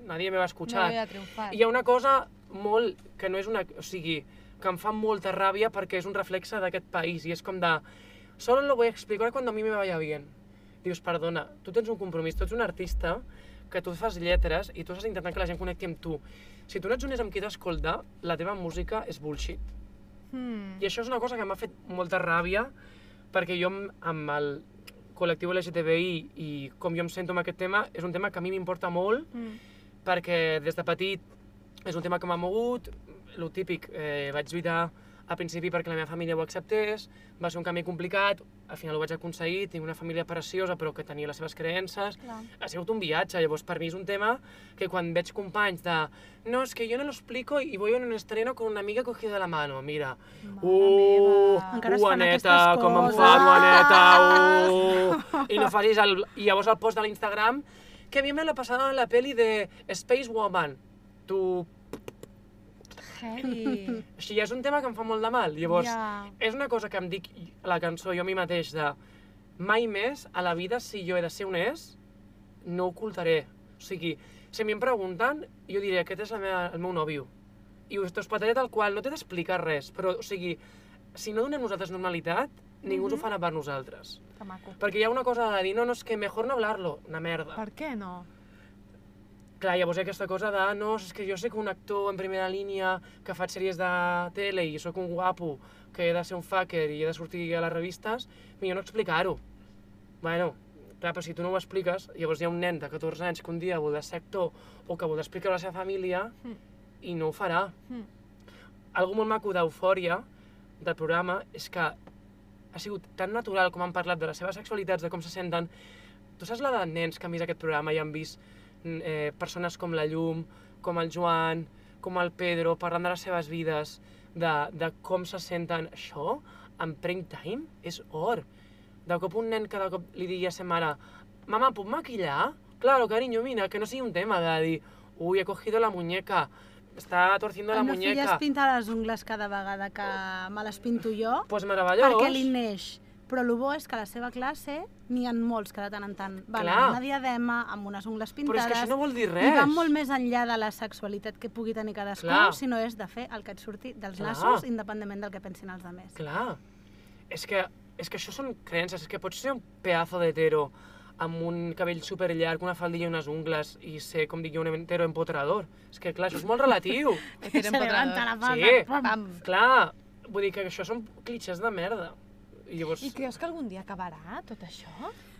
Speaker 3: nadie me va a
Speaker 1: No
Speaker 3: escuchar.
Speaker 1: havia triomfat.
Speaker 3: Hi ha una cosa molt que no és una... O sigui, que em fa molta ràbia perquè és un reflexe d'aquest país i és com de... Solo lo voy a explicar cuando a mí me vaya bien. Dius, perdona, tu tens un compromís, tu ets un artista que tu fas lletres i tu estàs intentant que la gent connecti amb tu. Si tu no ets honest amb qui t'escolta, la teva música és bullshit.
Speaker 1: Hmm.
Speaker 3: I això és una cosa que m'ha fet molta ràbia, perquè jo amb- amb el col·lectiu LGTBI i com jo em sento amb aquest tema, és un tema que a mi m'importa molt,
Speaker 1: Mm.
Speaker 3: perquè des de petit és un tema que m'ha mogut, lo típic, eh, vaig lluitar al principi perquè la meva família ho acceptés, va ser un canvi complicat, al final ho vaig aconseguir, tinc una família preciosa però que tenia les seves creences,
Speaker 1: Clar.
Speaker 3: ha sigut un viatge, llavors per mi és un tema que quan veig companys de no, és que jo no lo explico i voy en un estreno con una amiga cogida de la mano, mira,
Speaker 1: Mare
Speaker 3: Uh,
Speaker 1: meva.
Speaker 2: Encara es fan
Speaker 3: Juaneta,
Speaker 2: aquestes
Speaker 3: com em
Speaker 2: coses. Ah!
Speaker 3: fa Juaneta, uh. I no facis el... I llavors el post de l'Instagram, que bien me lo he pasado en la peli de Space Woman. Tu...
Speaker 1: Heavy.
Speaker 3: Així, és un tema que em fa molt de mal. Llavors, yeah.
Speaker 1: Ja.
Speaker 3: és una cosa que em dic a la cançó jo a mi mateix de mai més a la vida, si jo he de ser honest, no ho ocultaré. O sigui, si a mi em pregunten, jo diré, aquest és la meva, el meu nòvio. I us t'espataré tal qual, no t'he d'explicar res. Però, o sigui, si no donem nosaltres normalitat, ningú mm -hmm. us ho farà per nosaltres.
Speaker 1: Que maco.
Speaker 3: Perquè hi ha una cosa de dir, no, no, és que mejor no hablarlo, una merda.
Speaker 1: Per què no?
Speaker 3: Clar, llavors hi ha aquesta cosa de, no, és que jo sé que un actor en primera línia que fa sèries de tele i sóc un guapo, que he de ser un fucker i he de sortir a les revistes, millor no explicar-ho. Bueno, clar, però si tu no ho expliques, llavors hi ha un nen de 14 anys que un dia voldrà ser actor o que voldrà explicar a la seva família
Speaker 1: Mm.
Speaker 3: i no ho farà.
Speaker 1: Mm.
Speaker 3: Algo molt maco d'eufòria del programa és que ha sigut tan natural com han parlat de les seves sexualitats, de com se senten. Tu saps la de nens que han vist aquest programa i han vist mm, eh, persones com la Llum, com el Joan, com el Pedro, parlant de les seves vides, de, de com se senten. Això, en prime time, és or. De cop un nen cada cop li digui a sa mare «Mama, puc maquillar?» Claro, cariño, mira, que no sigui un tema de dir Ui, he cogido la muñeca. Està torciendo la
Speaker 2: El meu fill es
Speaker 3: muñeca.
Speaker 2: pinta les ungles cada vegada que me les pinto jo,
Speaker 3: Pues meravellós.
Speaker 2: perquè li neix. Però el bo és que a la seva classe n'hi ha molts que de tant en tant van
Speaker 3: Clar.
Speaker 2: amb una diadema, amb unes ungles pintades...
Speaker 3: Però és que això no vol dir
Speaker 2: I
Speaker 3: res.
Speaker 2: va molt més enllà de la sexualitat que pugui tenir cadascú,
Speaker 3: Clar.
Speaker 2: sinó és de fer el que et surti dels
Speaker 3: Clar.
Speaker 2: nassos, independentment del que pensin els altres.
Speaker 3: Clar. És que, és que això són creences. És que pots ser un pedazo d'hetero amb un cabell super llarg, una faldilla i unes ungles i ser, com dic jo, un hetero empotrador. És que, clar, això és molt relatiu.
Speaker 2: Que se levanta la pata.
Speaker 3: Sí.
Speaker 2: pam.
Speaker 1: Pam.
Speaker 3: clar, vull dir que això són clitxers de merda. I llavors...
Speaker 1: I creus que algun dia acabarà tot això?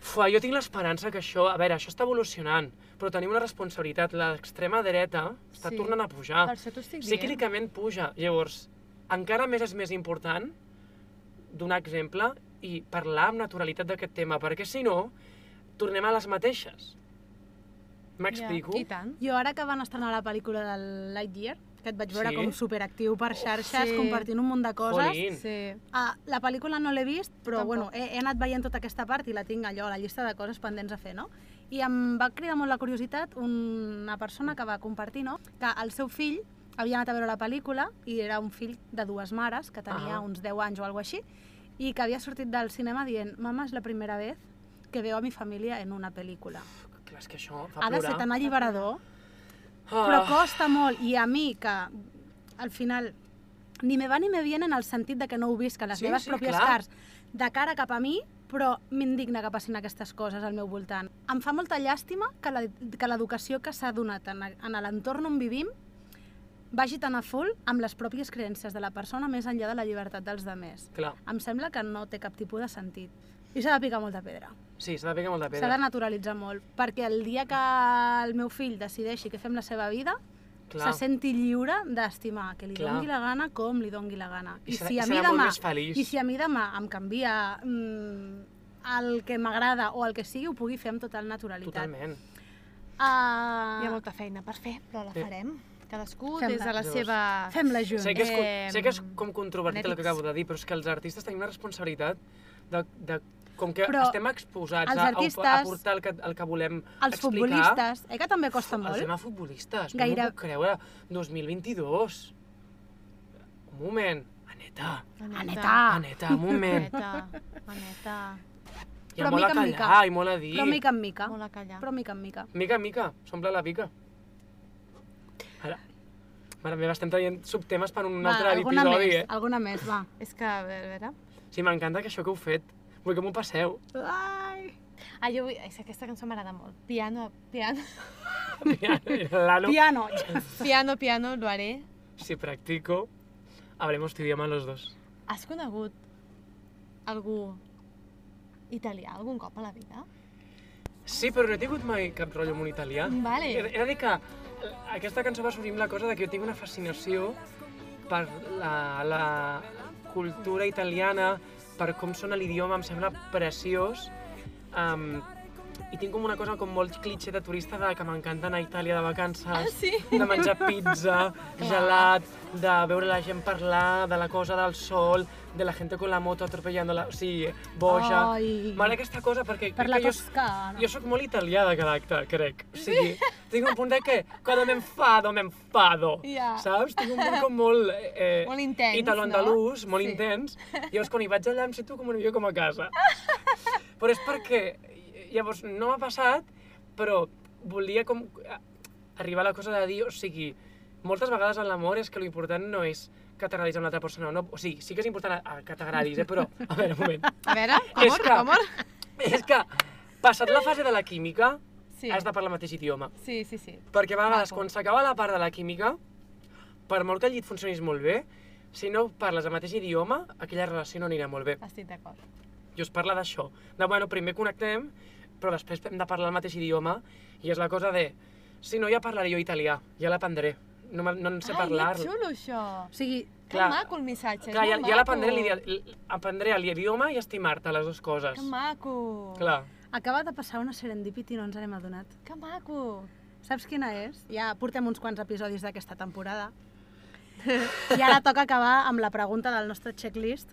Speaker 3: Fua, jo tinc l'esperança que això... A veure, això està evolucionant, però tenim una responsabilitat. L'extrema dreta està
Speaker 1: Sí.
Speaker 3: tornant a pujar.
Speaker 1: Per això t'ho estic dient.
Speaker 3: Cíclicament puja. Llavors, encara més és més important donar exemple i parlar amb naturalitat d'aquest tema, perquè si no, tornem a les mateixes. M'explico?
Speaker 1: I tant.
Speaker 2: Jo ara que van estrenar la pel·lícula del Lightyear, que et vaig veure
Speaker 3: Sí.
Speaker 2: com superactiu per xarxes,
Speaker 1: Sí.
Speaker 2: compartint un munt de coses,
Speaker 3: Jolín.
Speaker 1: Sí.
Speaker 2: Ah, la pel·lícula no l'he vist, però
Speaker 1: Tampoc.
Speaker 2: bueno, he, he anat veient tota aquesta part i la tinc allò, a la llista de coses pendents a fer, no? I em va cridar molt la curiositat una persona que va compartir, no?, que el seu fill havia anat a veure la pel·lícula i era un fill de dues mares, que tenia
Speaker 3: Ah.
Speaker 2: uns 10 anys o alguna així, i que havia sortit del cinema dient «Mama, és la primera vez que veo a mi família en una pel·lícula».
Speaker 3: Clar, és que això fa
Speaker 2: Ha de ser
Speaker 3: plorar.
Speaker 2: tan alliberador
Speaker 3: Ah,
Speaker 2: però costa molt i a mi que al final ni me va ni me viene en el sentit de que no ho visc a les
Speaker 3: Sí,
Speaker 2: meves
Speaker 3: sí,
Speaker 2: pròpies
Speaker 3: clar.
Speaker 2: cars de cara cap a mi però m'indigna que passin aquestes coses al meu voltant. Em fa molta llàstima que la- que l'educació que s'ha donat en, en l'entorn on vivim vagi tan a full amb les pròpies creences de la persona més enllà de la llibertat dels demés.
Speaker 3: Clar,
Speaker 2: Em sembla que no té cap tipus de sentit. I s'ha de picar molta pedra.
Speaker 3: sí, s'ha de picar molt de
Speaker 2: S'ha
Speaker 3: pedra.
Speaker 2: de naturalitzar molt, perquè el dia que el meu fill decideixi què fem la seva vida,
Speaker 3: Clar.
Speaker 2: se senti lliure d'estimar, que li
Speaker 3: Clar.
Speaker 2: dongui la gana com li dongui la gana.
Speaker 3: I serà- i serà molt més feliç.
Speaker 2: I si a mi demà em canvia mm, el que m'agrada o el que sigui, ho pugui fer amb total naturalitat.
Speaker 3: Totalment.
Speaker 1: Hi ha
Speaker 2: Uh,
Speaker 1: molta feina per fer, però la
Speaker 3: Sí.
Speaker 1: farem. Cadascú
Speaker 2: Fem-la.
Speaker 1: des de la
Speaker 3: Llavors,
Speaker 1: seva...
Speaker 2: Fem-la junts.
Speaker 3: Sé que, és,
Speaker 1: Em,
Speaker 3: eh, sé que és com controvertit el que
Speaker 1: netics.
Speaker 3: acabo de dir, però és que els artistes tenim una responsabilitat de, de com que
Speaker 2: Però
Speaker 3: estem exposats
Speaker 2: els
Speaker 3: a, a, a
Speaker 2: artistes-
Speaker 3: portar el que, el que volem
Speaker 2: Els
Speaker 3: explicar.
Speaker 2: futbolistes, eh, que també costa
Speaker 3: El
Speaker 2: molt.
Speaker 3: tema futbolistes, Gaire...
Speaker 2: Gaire-
Speaker 3: no m'ho puc creure. 2022. Un moment. Aneta,
Speaker 2: Aneta. Ah.
Speaker 3: Aneta, un moment.
Speaker 1: Aneta. Aneta.
Speaker 3: Hi ha
Speaker 2: Però
Speaker 3: molt a
Speaker 2: mica en mica.
Speaker 3: callar i molt a dir.
Speaker 2: Però mica en mica.
Speaker 1: Molt a callar.
Speaker 2: Però mica en mica.
Speaker 3: Mica en mica, s'omple la pica. Ara, mare meva, estem traient subtemes per un altre
Speaker 2: alguna
Speaker 3: episodi,
Speaker 2: més,
Speaker 3: eh?
Speaker 2: alguna més, va.
Speaker 1: És que, a veure, a veure...
Speaker 3: Sí, m'encanta que això que heu fet. Vull que m'ho passeu.
Speaker 2: Ai.
Speaker 1: Ah, jo vull... És que aquesta cançó m'agrada molt. Piano, piano,
Speaker 3: Lalo.
Speaker 2: Piano.
Speaker 1: piano, piano, lo haré.
Speaker 3: Si practico, hablemos tu idioma los dos.
Speaker 1: Has conegut algú italià algun cop a la vida?
Speaker 3: Sí, però no he tingut mai cap rotllo amb un italià.
Speaker 1: Vale.
Speaker 3: He, he de dir que eh, aquesta cançó va sortir amb la cosa de que jo tinc una fascinació per la, la cultura italiana, per com sona l'idioma, em sembla preciós. Um, i tinc com una cosa com molt clitxer de turista de que m'encanta anar a Itàlia de vacances,
Speaker 2: Ah,
Speaker 1: sí?
Speaker 3: de menjar pizza, gelat, de veure la gent parlar, de la cosa del sol, de la gent con la moto atropellándola, o sigui, boja.
Speaker 2: Ai.
Speaker 3: M'agrada aquesta cosa perquè
Speaker 2: Per
Speaker 3: crec
Speaker 2: la
Speaker 3: que jo,
Speaker 2: toscana.
Speaker 3: jo sóc molt italià de caràcter, crec. O sigui, tinc un punt de que quan m'enfado, m'enfado.
Speaker 1: Ja.
Speaker 3: Saps? Tinc un punt com molt... Eh,
Speaker 1: Molt intens,
Speaker 3: Italo-andalús,
Speaker 1: no?
Speaker 3: molt
Speaker 1: Sí.
Speaker 3: intens. Llavors, quan hi vaig allà, em sento com una mica com a casa. però és perquè... Llavors, no m'ha passat, però volia com... a- Arribar a la cosa de dir, o sigui, moltes vegades en l'amor és que l'important no és que t'agradis a una altra persona o no. O sigui, sí que és important a, a que t'agradis, eh? però... A veure, un moment.
Speaker 1: A veure, comor,
Speaker 3: És que-
Speaker 1: comor.
Speaker 3: És que, passat la fase de la química,
Speaker 1: Sí.
Speaker 3: has de parlar el mateix idioma.
Speaker 1: sí, sí, sí.
Speaker 3: Perquè a vegades,
Speaker 1: Maco.
Speaker 3: quan s'acaba la part de la química, per molt que el llit funcionis molt bé, si no parles el mateix idioma, aquella relació no anirà molt bé.
Speaker 1: Estic d'acord.
Speaker 3: I us parla d'això. De, bueno, primer connectem, però després hem de parlar el mateix idioma, i és la cosa de... Si no, ja parlaré jo italià, ja l'aprendré. No, me- no en sé
Speaker 1: Ai,
Speaker 3: parlar.
Speaker 1: que xulo, això.
Speaker 2: O sigui,
Speaker 1: Que
Speaker 3: Clar.
Speaker 1: maco el missatge,
Speaker 3: Clar,
Speaker 1: és
Speaker 3: ja,
Speaker 1: molt maco.
Speaker 3: ja l'aprendré l'idi- aprendré l'idioma i estimar-te, les dues coses.
Speaker 1: Que maco.
Speaker 3: Clar.
Speaker 2: acaba de passar una serendipity i no ens n'hem adonat.
Speaker 1: Que maco.
Speaker 2: Saps quina és? Ja portem uns quants episodis d'aquesta temporada. I ara toca acabar amb la pregunta del nostre checklist.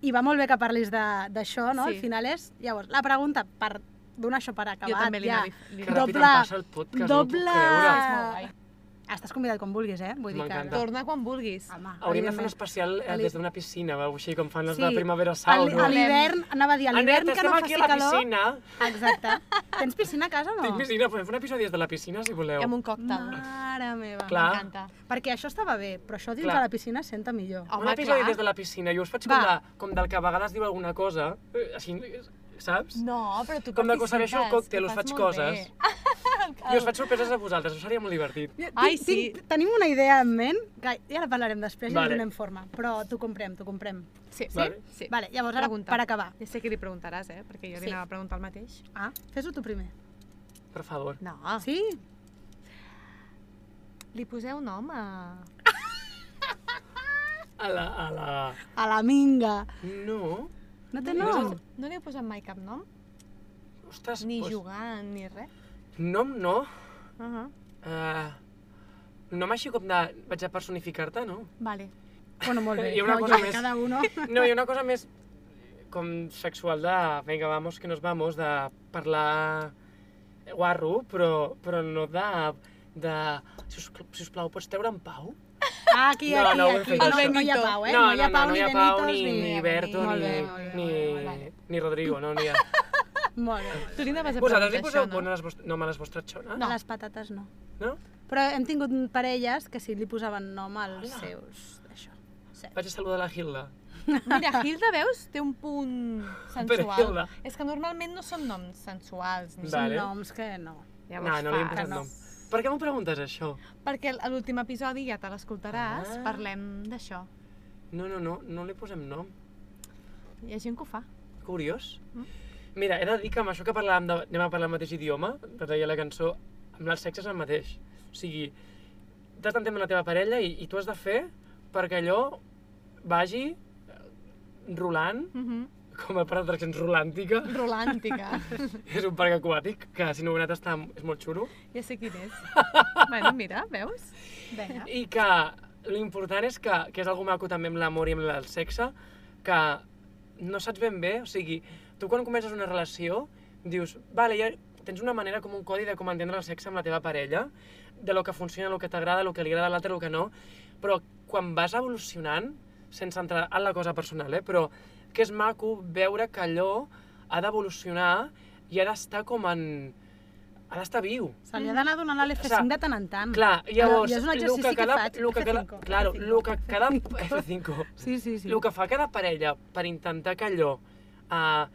Speaker 2: I va molt bé que parlis de- d'això, no?
Speaker 1: Sí.
Speaker 2: Al final és... Llavors, la pregunta per donar això per acabat.
Speaker 1: Jo també li
Speaker 2: ja.
Speaker 1: anava a dir-
Speaker 3: Que
Speaker 1: Doble-
Speaker 3: ràpid em passa el podcast,
Speaker 2: doble-
Speaker 3: no ho puc creure.
Speaker 1: És molt guai.
Speaker 2: Estàs convidat quan vulguis, eh? Vull dir que...
Speaker 3: M'encanta.
Speaker 1: Torna quan vulguis.
Speaker 2: Home,
Speaker 3: Hauríem de fer
Speaker 2: evidentment.
Speaker 3: un especial eh,
Speaker 2: Ali-
Speaker 3: des d'una piscina, veu? així com fan les de
Speaker 2: Sí.
Speaker 3: Primavera
Speaker 2: A
Speaker 3: Sound.
Speaker 2: l'hi- a l'hivern, anava a dir, a l'hivern que no faci
Speaker 3: aquí a la
Speaker 2: calor...
Speaker 3: piscina.
Speaker 2: Exacte. Tens piscina a casa o no?
Speaker 3: Tinc piscina, podem fer un episodi des de la piscina, si voleu.
Speaker 1: I amb un còctel.
Speaker 2: Mare meva.
Speaker 3: Clar.
Speaker 1: M'encanta.
Speaker 2: Perquè això estava bé, però això dins
Speaker 3: Clar.
Speaker 2: de la piscina es senta millor.
Speaker 1: Home,
Speaker 3: un episodi
Speaker 1: clar.
Speaker 3: des de la piscina, jo us faig com,
Speaker 2: Va.
Speaker 3: de, com del que a vegades diu alguna cosa, eh, així, eh, saps?
Speaker 1: No, però tu
Speaker 3: Com de que
Speaker 1: participes,
Speaker 3: us serveixo el còctel,
Speaker 1: ho
Speaker 3: us
Speaker 1: fas
Speaker 3: faig
Speaker 1: molt
Speaker 3: coses.
Speaker 1: bé. Ah,
Speaker 3: I us faig sorpreses a vosaltres, això seria molt divertit.
Speaker 2: Jo-
Speaker 1: Ai,
Speaker 2: tinc-
Speaker 1: sí.
Speaker 2: tinc- Tenim una idea en ment, que ja la parlarem després i
Speaker 3: Vale.
Speaker 2: li donem forma, però t'ho comprem, t'ho comprem.
Speaker 1: Sí, sí,
Speaker 3: Vale.
Speaker 1: sí.
Speaker 2: Vale, llavors ara,
Speaker 1: Pregunta.
Speaker 2: per acabar.
Speaker 1: Ja sé que li preguntaràs, eh? Perquè jo li
Speaker 2: Sí.
Speaker 1: anava a preguntar el mateix.
Speaker 2: Ah, fes-ho tu primer.
Speaker 3: Per favor.
Speaker 1: No.
Speaker 2: Sí?
Speaker 1: Li poseu nom a...
Speaker 3: A la... A la...
Speaker 2: A la minga.
Speaker 3: No.
Speaker 2: No té
Speaker 3: No.
Speaker 2: nom.
Speaker 1: No li heu posat mai cap nom?
Speaker 3: Ostres,
Speaker 1: Ni
Speaker 3: doncs,
Speaker 1: jugant, ni res?
Speaker 3: Nom no.
Speaker 1: Uh -huh.
Speaker 3: Uh, nom així com de... Vaig a personificar-te, no?
Speaker 1: Vale.
Speaker 2: Bueno, molt bé.
Speaker 3: Hi ha una
Speaker 2: no,
Speaker 3: cosa
Speaker 2: jo,
Speaker 3: més.
Speaker 2: Cada uno.
Speaker 3: No, hi ha una cosa més eh, com sexual de venga, vamos, que nos vamos, de parlar guarro, però, però no de... de si us, si us plau, pots treure en pau?
Speaker 2: Ah, aquí,
Speaker 3: No,
Speaker 2: aquí,
Speaker 3: no,
Speaker 2: aquí.
Speaker 3: perfecte.
Speaker 2: No, no hi ha
Speaker 1: El
Speaker 2: pau, eh?
Speaker 3: no, no, no, no hi ha Pau,
Speaker 2: Benitos,
Speaker 3: ni, ni,
Speaker 1: ni-
Speaker 3: Berto,
Speaker 2: Molt
Speaker 3: ni,
Speaker 2: bé, molt bé,
Speaker 3: ni,
Speaker 2: molt bé, vale.
Speaker 3: ni Rodrigo, no n'hi ha.
Speaker 2: Molt bé.
Speaker 1: Tu li anaves a
Speaker 3: Vosaltres li
Speaker 1: preguntar
Speaker 3: poseu
Speaker 1: això,
Speaker 3: bon
Speaker 1: no?
Speaker 3: a les vostres, nom a les vostres xones?
Speaker 2: No. A les patates no.
Speaker 3: No?
Speaker 2: Però hem tingut parelles que sí li posaven nom als
Speaker 3: Hola.
Speaker 2: seus... Això. Sí.
Speaker 3: Vaig a saludar la Hilda.
Speaker 1: Mira, Hilda, veus? Té un punt sensual.
Speaker 3: Hilda.
Speaker 1: És que normalment no són noms sensuals. Ni...
Speaker 3: Vale.
Speaker 2: Són noms que no.
Speaker 3: no, no li hem
Speaker 1: fa-
Speaker 3: posat
Speaker 2: no.
Speaker 3: nom. Per què m'ho preguntes, això?
Speaker 1: Perquè a l'últim episodi, ja te l'escoltaràs,
Speaker 3: Ah.
Speaker 1: parlem d'això.
Speaker 3: No, no, no, no li posem nom.
Speaker 1: Hi ha gent que ho fa.
Speaker 3: Curiós.
Speaker 1: Mm.
Speaker 3: Mira, he de dir que amb això que parlàvem de... anem a parlar el mateix idioma, que deia la cançó, amb el sexe és el mateix. O sigui, t'has d'entendre amb la teva parella i, i tu has de fer perquè allò vagi eh, rolant,
Speaker 1: Uh -huh.
Speaker 3: com el parc d'atraccions rolàntica,
Speaker 1: Rolàntica.
Speaker 3: és un parc aquàtic que si no ho he anat està, és molt xulo,
Speaker 1: ja sé quin és. bueno, mira, veus?
Speaker 2: Vinga.
Speaker 3: i que l'important és que, que és algo maco també amb l'amor i amb el sexe, que no saps ben bé, o sigui, tu quan comences una relació dius, vale, ja tens una manera com un codi de com entendre el sexe amb la teva parella, de lo que funciona, lo que t'agrada, lo que li agrada a l'altre, lo que no, però quan vas evolucionant, sense entrar en la cosa personal, eh, però que és maco veure que allò ha d'evolucionar i ha d'estar com en... ha d'estar viu.
Speaker 2: Se li ha d'anar donant a l'F5
Speaker 3: O sea,
Speaker 2: de tant en tant.
Speaker 3: Mm. Clar, llavors,
Speaker 2: jo Mm. és un
Speaker 3: lo
Speaker 2: exercici que
Speaker 3: cada,
Speaker 2: faig,
Speaker 3: lo que cada,
Speaker 2: F5,
Speaker 3: claro,
Speaker 2: F5.
Speaker 3: lo que cada, F5,
Speaker 2: Sí, sí, sí.
Speaker 3: lo que fa cada parella per intentar que allò eh,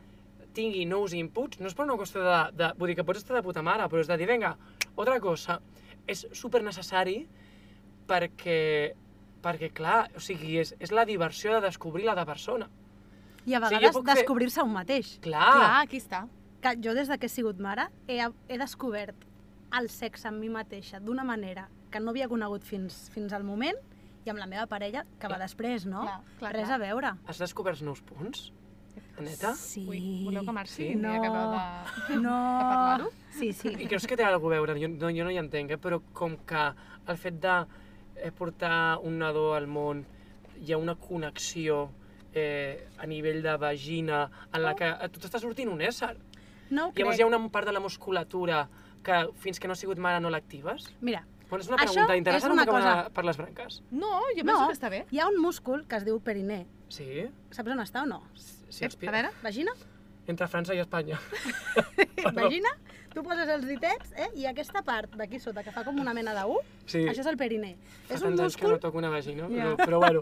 Speaker 3: tingui nous inputs, no és per una qüestió de, de... Vull dir que pots estar de puta mare, però és de dir, vinga, otra cosa. És super necessari perquè, perquè clar, o sigui, és, és la diversió de descobrir la de persona.
Speaker 2: I a
Speaker 3: Sí, jo
Speaker 2: vegades
Speaker 3: puc fer-
Speaker 2: descobrir-se un mateix.
Speaker 3: Clar,
Speaker 1: Clar, aquí està.
Speaker 2: Que jo des de que he sigut mare he, he descobert el sexe en mi mateixa d'una manera que no havia conegut fins, fins al moment i amb la meva parella que va després, no?
Speaker 1: Clar, clar,
Speaker 2: Res
Speaker 1: clar.
Speaker 2: a veure.
Speaker 3: has descobert nous punts, Aneta?
Speaker 2: Sí.
Speaker 1: Ui, voleu que marxi?
Speaker 3: Sí.
Speaker 1: Mira que acabo de...
Speaker 2: No.
Speaker 1: parlar-ho?
Speaker 2: Sí, sí.
Speaker 3: I creus que té alguna cosa a veure? Jo no, jo no hi entenc, eh? però com que el fet de eh, portar un nadó al món hi ha una connexió eh, a nivell de vagina en la que tu t'està sortint un ésser.
Speaker 2: No ho
Speaker 3: Llavors
Speaker 2: crec.
Speaker 3: hi ha una part de la musculatura que fins que no has sigut mare no l'actives?
Speaker 2: Mira,
Speaker 3: Bueno, és una
Speaker 2: Això
Speaker 3: pregunta
Speaker 2: és
Speaker 3: interessant
Speaker 2: una
Speaker 3: que va
Speaker 2: cosa-
Speaker 3: per les branques.
Speaker 1: No, jo penso
Speaker 2: No.
Speaker 1: que està bé.
Speaker 2: hi ha un múscul que es diu periné.
Speaker 3: Sí?
Speaker 2: Saps on està o no?
Speaker 3: sí
Speaker 2: Eh,
Speaker 3: els pi-
Speaker 1: a veure,
Speaker 2: Vagina?
Speaker 3: Entre França i Espanya.
Speaker 2: Vagina? Tu poses els ditets, eh? I aquesta part d'aquí sota, que fa com una mena de U,
Speaker 3: Sí.
Speaker 2: això és el periné.
Speaker 3: Fa
Speaker 2: és un
Speaker 3: tants anys que
Speaker 2: múscul,
Speaker 3: no toco una vagina,
Speaker 2: Ja.
Speaker 3: però, però bueno,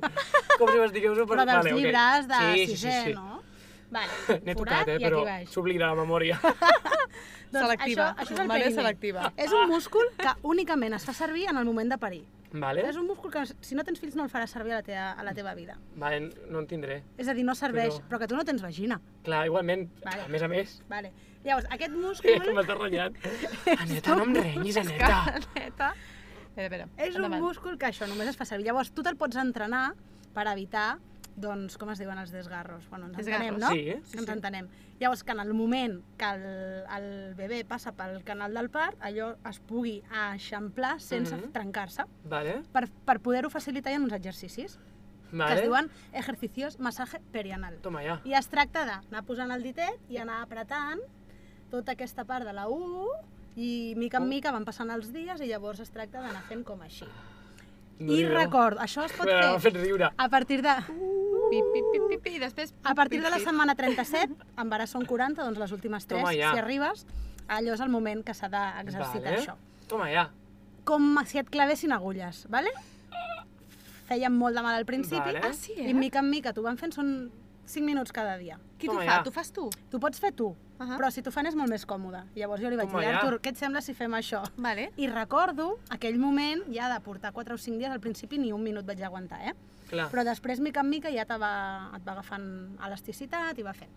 Speaker 3: com si vas digueu-ho...
Speaker 2: però dels
Speaker 3: ok.
Speaker 2: llibres de
Speaker 3: sí, sí,
Speaker 2: sisè,
Speaker 3: sí, sí.
Speaker 2: no? Vale,
Speaker 3: N'he
Speaker 2: forat
Speaker 3: tocat, eh,
Speaker 2: i
Speaker 3: però
Speaker 2: aquí baix.
Speaker 3: s'oblida la memòria.
Speaker 2: Doncs
Speaker 1: selectiva.
Speaker 2: Això, això és el
Speaker 1: Memòria
Speaker 2: periné.
Speaker 1: selectiva.
Speaker 2: És un múscul que únicament es fa servir en el moment de parir.
Speaker 3: Vale?
Speaker 2: És un múscul que si no tens fills no el faràs servir a la teva, a la teva vida.
Speaker 3: Vale, no en tindré.
Speaker 2: És a dir, no serveix,
Speaker 3: Però-
Speaker 2: però, que tu no tens vagina.
Speaker 3: Clar, igualment,
Speaker 2: Vale.
Speaker 3: a més a més,
Speaker 2: Vale. Llavors, aquest múscul
Speaker 3: m'està ratllant. Aneta, no em renyis, Aneta.
Speaker 1: Neta. Espera, espera.
Speaker 2: És un
Speaker 1: endavant.
Speaker 2: múscul que això només es fa servir. Llavors, tu te'l pots entrenar per evitar, doncs, com es diuen els desgarros? Bueno, ens entenem,
Speaker 1: Desgarros.
Speaker 2: no?
Speaker 3: Sí,
Speaker 2: sí, ens entenem. Llavors, que en el moment que el, el bebè passa pel canal del part, allò es pugui eixamplar sense
Speaker 3: Mhm.
Speaker 2: trencar-se,
Speaker 3: Vale,
Speaker 2: per, per poder-ho facilitar hi ha uns exercicis, que
Speaker 3: vale.
Speaker 2: es diuen ejercicios massatge perianal.
Speaker 3: Toma ja.
Speaker 2: I es tracta d'anar posant el ditet i anar apretant, tota aquesta part de la U i mica
Speaker 3: Oh.
Speaker 2: en mica van passant els dies i llavors es tracta d'anar fent com així. I record, això es pot
Speaker 3: M'ha
Speaker 2: fer Ah,
Speaker 3: fet riure.
Speaker 2: a partir de...
Speaker 1: Pi, pi, pi, pi, pi, i després... pi,
Speaker 2: A partir
Speaker 1: pi,
Speaker 2: de la
Speaker 1: pi.
Speaker 2: setmana 37, en ara són 40, doncs les últimes 3,
Speaker 3: Toma ja.
Speaker 2: si arribes, allò és el moment que s'ha d'exercitar
Speaker 3: Vale.
Speaker 2: això.
Speaker 3: Toma ja.
Speaker 2: Com si et clavessin agulles, vale? Feien molt de mal al principi,
Speaker 3: Vale.
Speaker 1: Ah, sí, eh?
Speaker 2: i mica en mica t'ho van fent, són 5 minuts cada dia.
Speaker 1: Qui t'ho
Speaker 3: Toma
Speaker 1: fa?
Speaker 3: ja.
Speaker 1: T'ho fas tu?
Speaker 2: T'ho pots fer tu,
Speaker 1: Ahà.
Speaker 2: però si t'ho fan és molt més còmode. Llavors jo li vaig
Speaker 3: Home,
Speaker 2: dir,
Speaker 3: ja.
Speaker 2: Artur, què et sembla si fem això?
Speaker 1: Vale.
Speaker 2: I recordo aquell moment ja de portar 4 o 5 dies, al principi ni un minut vaig aguantar, eh?
Speaker 3: Clar.
Speaker 2: Però després, mica en mica, ja te va, et va agafant elasticitat i va fent.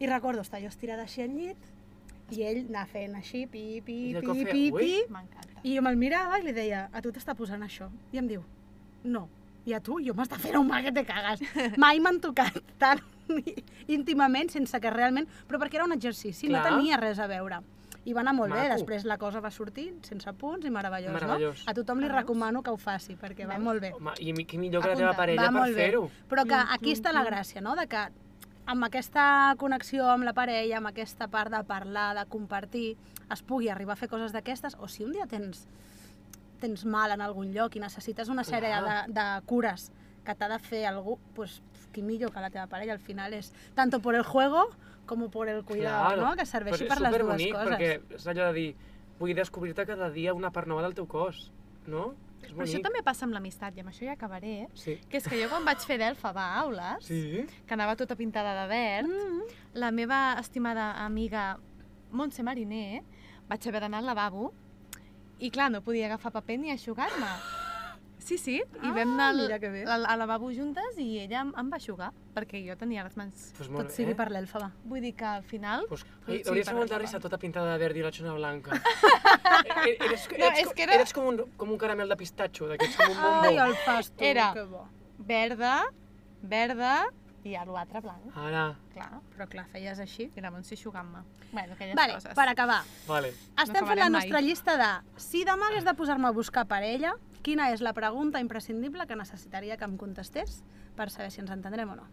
Speaker 2: I recordo estar jo estirada així al llit i ell anar fent així, pi, pi,
Speaker 3: I de
Speaker 2: pi,
Speaker 3: cop
Speaker 2: pi,
Speaker 3: feia,
Speaker 2: pi,
Speaker 3: "Ui".
Speaker 1: M'encanta.
Speaker 2: I jo me'l mirava i li deia, a tu t'està posant això? I em diu, no. I a tu? Jo m'està fent un mal que te cagues. Mai m'han tocat tan íntimament sense que realment... Però perquè era un exercici,
Speaker 3: Clar.
Speaker 2: no tenia res a veure. I va anar molt bé,
Speaker 3: Maco.
Speaker 2: després la cosa va sortir sense punts i meravellós,
Speaker 3: Meravellós.
Speaker 2: no? A tothom li
Speaker 1: Veus?
Speaker 2: recomano que ho faci, perquè va
Speaker 1: Veus?
Speaker 2: molt bé.
Speaker 3: Home, i mi- qui millor que la
Speaker 1: Apunta,
Speaker 3: teva parella
Speaker 2: va
Speaker 3: per
Speaker 2: molt bé.
Speaker 3: fer-ho.
Speaker 2: Però que
Speaker 1: Mm,
Speaker 2: aquí
Speaker 1: mm,
Speaker 2: està la
Speaker 1: mm.
Speaker 2: gràcia, no? De que amb aquesta connexió amb la parella, amb aquesta part de parlar, de compartir, es pugui arribar a fer coses d'aquestes, o si un dia tens, tens mal en algun lloc i necessites una sèrie de,
Speaker 3: Clar.
Speaker 2: de cures que t'ha de fer algú, pues, qui millor que la teva parella, al final és tanto por el juego como por el cuidado,
Speaker 3: Clar,
Speaker 2: no? Que serveixi
Speaker 3: però
Speaker 2: per
Speaker 3: és
Speaker 2: les dues
Speaker 3: superbonic,
Speaker 2: coses.
Speaker 3: perquè és allò de dir, vull descobrir-te cada dia una part nova del teu cos, no? És bonic.
Speaker 1: Però això també passa amb l'amistat, i amb això ja acabaré, eh?
Speaker 3: Sí.
Speaker 1: que és que jo quan vaig fer d'elfa va a aules,
Speaker 3: Sí?
Speaker 1: que anava tota pintada de verd,
Speaker 2: Mm,
Speaker 1: la meva estimada amiga Montse Mariner vaig haver d'anar al lavabo i clar, no podia agafar paper ni aixugar-me. Sí, sí, i vam anar al,
Speaker 2: Ah, mira que bé.
Speaker 1: al, al lavabo juntes i ella em, em va aixugar perquè jo tenia les mans...
Speaker 3: Pues Doncs molt
Speaker 2: tot
Speaker 3: bé.
Speaker 2: sigui per l'elfa, va.
Speaker 1: Vull dir que al final...
Speaker 3: Pues,
Speaker 1: Pues
Speaker 3: Ai,
Speaker 1: sí,
Speaker 3: hauries
Speaker 1: per
Speaker 3: de muntar-se
Speaker 1: endavant.
Speaker 3: tota pintada de verd i la xona blanca. E- eres,
Speaker 1: No,
Speaker 3: eres,
Speaker 1: és
Speaker 3: com-
Speaker 1: que era-
Speaker 3: eres com, un, com un caramel de pistatxo, d'aquests com un
Speaker 2: Ai,
Speaker 3: bombó.
Speaker 2: el fas tu,
Speaker 1: Era.
Speaker 2: que bo.
Speaker 1: Verda, verda i a l'altre blanc,
Speaker 3: Ara,
Speaker 1: clar.
Speaker 2: Però clar, feies així.
Speaker 1: I la Montse aixugant-me. Bueno, aquelles
Speaker 2: Vale,
Speaker 1: coses.
Speaker 2: per acabar,
Speaker 3: vale.
Speaker 2: Estem
Speaker 1: No
Speaker 2: fent la
Speaker 1: acabarem
Speaker 2: nostra
Speaker 1: mai.
Speaker 2: llista de si demà hagués de posar-me a buscar parella, quina és la pregunta imprescindible que necessitaria que em contestés per saber si ens entendrem o no.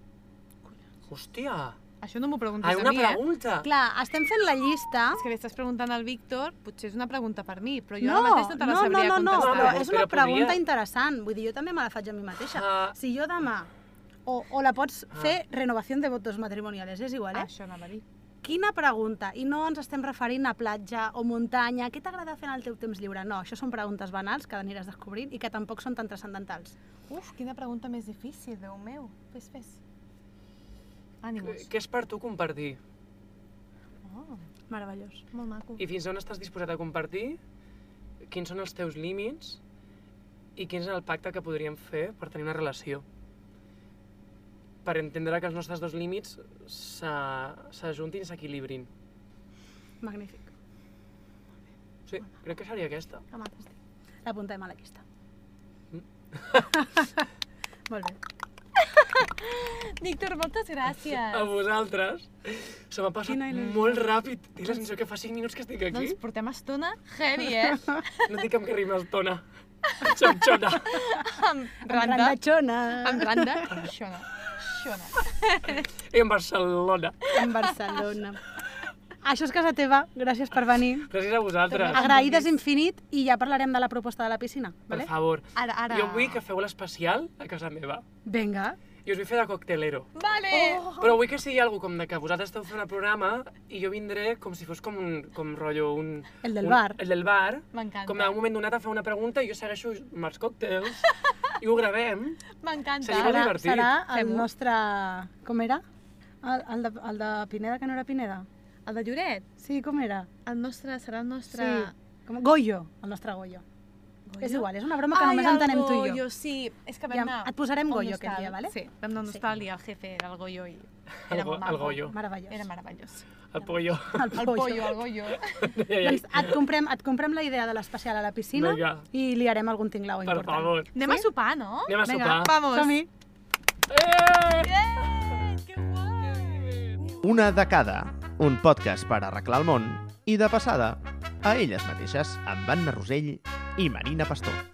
Speaker 3: Hòstia!
Speaker 1: Això no m'ho preguntis
Speaker 3: Ai, una
Speaker 1: a mi, eh?
Speaker 3: pregunta!
Speaker 2: Clar, estem fent la llista...
Speaker 1: És que li estàs preguntant al Víctor, potser és una pregunta per mi, però jo
Speaker 2: No,
Speaker 1: ara mateix
Speaker 2: no,
Speaker 1: no te la
Speaker 2: no, no,
Speaker 1: sabria
Speaker 2: no, no,
Speaker 1: contestar. eh?
Speaker 2: però
Speaker 3: Però
Speaker 2: és una
Speaker 3: podria-
Speaker 2: pregunta interessant. Vull dir, jo també me la faig a mi mateixa.
Speaker 3: Ah.
Speaker 2: Si jo demà... O, o la pots
Speaker 3: Ah.
Speaker 2: fer renovació de votos matrimoniales, és igual,
Speaker 1: Ah,
Speaker 2: eh?
Speaker 1: això anava a dir.
Speaker 2: Quina pregunta? I no ens estem referint a platja o muntanya, què t'agrada fer en el teu temps lliure? No, això són preguntes banals que aniràs descobrint i que tampoc són tan transcendentals.
Speaker 1: Uf, quina pregunta més difícil, Déu meu. Fes, fes. Ànims.
Speaker 3: Què és per tu compartir?
Speaker 1: Oh,
Speaker 2: Meravellós.
Speaker 1: molt maco.
Speaker 3: I fins on estàs disposat a compartir? Quins són els teus límits? I quin és el pacte que podríem fer per tenir una relació? Per entendre que els nostres dos límits se- s'ajuntin i s'equilibrin.
Speaker 2: Magnífic.
Speaker 3: Sí, crec que seria aquesta.
Speaker 1: Que maco estic.
Speaker 2: L'apuntem a la llista.
Speaker 3: Mm.
Speaker 2: Molt bé.
Speaker 1: Víctor, moltes gràcies.
Speaker 3: A vosaltres. Se m'ha passat
Speaker 2: Quina il·lusió.
Speaker 3: molt ràpid. Tinc la sensació que fa 5 minuts que estic aquí.
Speaker 1: Doncs portem estona heavy, eh?
Speaker 3: No tinc cap que rima estona. Xamxona.
Speaker 1: Amb randa.
Speaker 2: Randatxona.
Speaker 1: Amb randa. Xona. Xona.
Speaker 3: I en Barcelona.
Speaker 2: En Barcelona. Això és casa teva. Gràcies per venir.
Speaker 3: Gràcies a
Speaker 2: Doncs
Speaker 3: vosaltres.
Speaker 2: Agraïdes infinit i ja parlarem de la proposta de la piscina.
Speaker 3: Per
Speaker 2: Vale?
Speaker 3: favor.
Speaker 1: Ara, ara.
Speaker 3: Jo vull que feu l'especial a casa meva.
Speaker 2: Vinga.
Speaker 3: I us vull fer de coctelero.
Speaker 1: Vale! Oh.
Speaker 3: Però vull que sigui algo com de que vosaltres esteu fent el programa i jo vindré com si fos com un com rotllo un...
Speaker 2: El del
Speaker 3: un,
Speaker 2: bar.
Speaker 3: El del bar. Com en
Speaker 1: M'encanta.
Speaker 3: un moment donat em fa una pregunta i jo segueixo amb els còctels i ho gravem. Seria molt
Speaker 1: M'encanta.
Speaker 2: Serà,
Speaker 3: divertit.
Speaker 2: serà el
Speaker 1: Fem-ho.
Speaker 2: nostre... Com era? El, el, de, el de Pineda, que no era Pineda?
Speaker 1: El de Lloret,
Speaker 2: Sí, com era?
Speaker 1: el nostre, serà el nostre...
Speaker 2: Sí. Com... Goyo, el nostre Goyo.
Speaker 1: Goyo?
Speaker 2: És igual, és una broma que només
Speaker 1: el
Speaker 2: entenem tu i jo.
Speaker 1: Goyo, sí. És que vam
Speaker 2: Ja,
Speaker 1: anar...
Speaker 2: et posarem
Speaker 1: a un
Speaker 2: Goyo aquest
Speaker 1: hostal.
Speaker 2: dia, vale?
Speaker 1: Sí, vam anar a un hostal i el jefe era el Goyo i...
Speaker 3: El,
Speaker 1: era
Speaker 3: go,
Speaker 1: molt maco.
Speaker 3: el goyo.
Speaker 2: Meravellós.
Speaker 1: Era meravellós.
Speaker 3: El pollo.
Speaker 1: El pollo, el Goyo.
Speaker 2: Doncs et comprem, et comprem la idea de l'especial a la piscina
Speaker 3: Vinga.
Speaker 2: i li harem algun tinglao
Speaker 3: Per
Speaker 2: important.
Speaker 3: favor.
Speaker 1: Anem a sopar, no?
Speaker 3: Anem a sopar.
Speaker 1: Vamos.
Speaker 2: Som-hi.
Speaker 3: Eh!
Speaker 1: Yay, que guai!
Speaker 4: Una de cada, un podcast per arreglar el món i, de passada, a elles mateixes, amb Anna Rosell i Marina Pastor.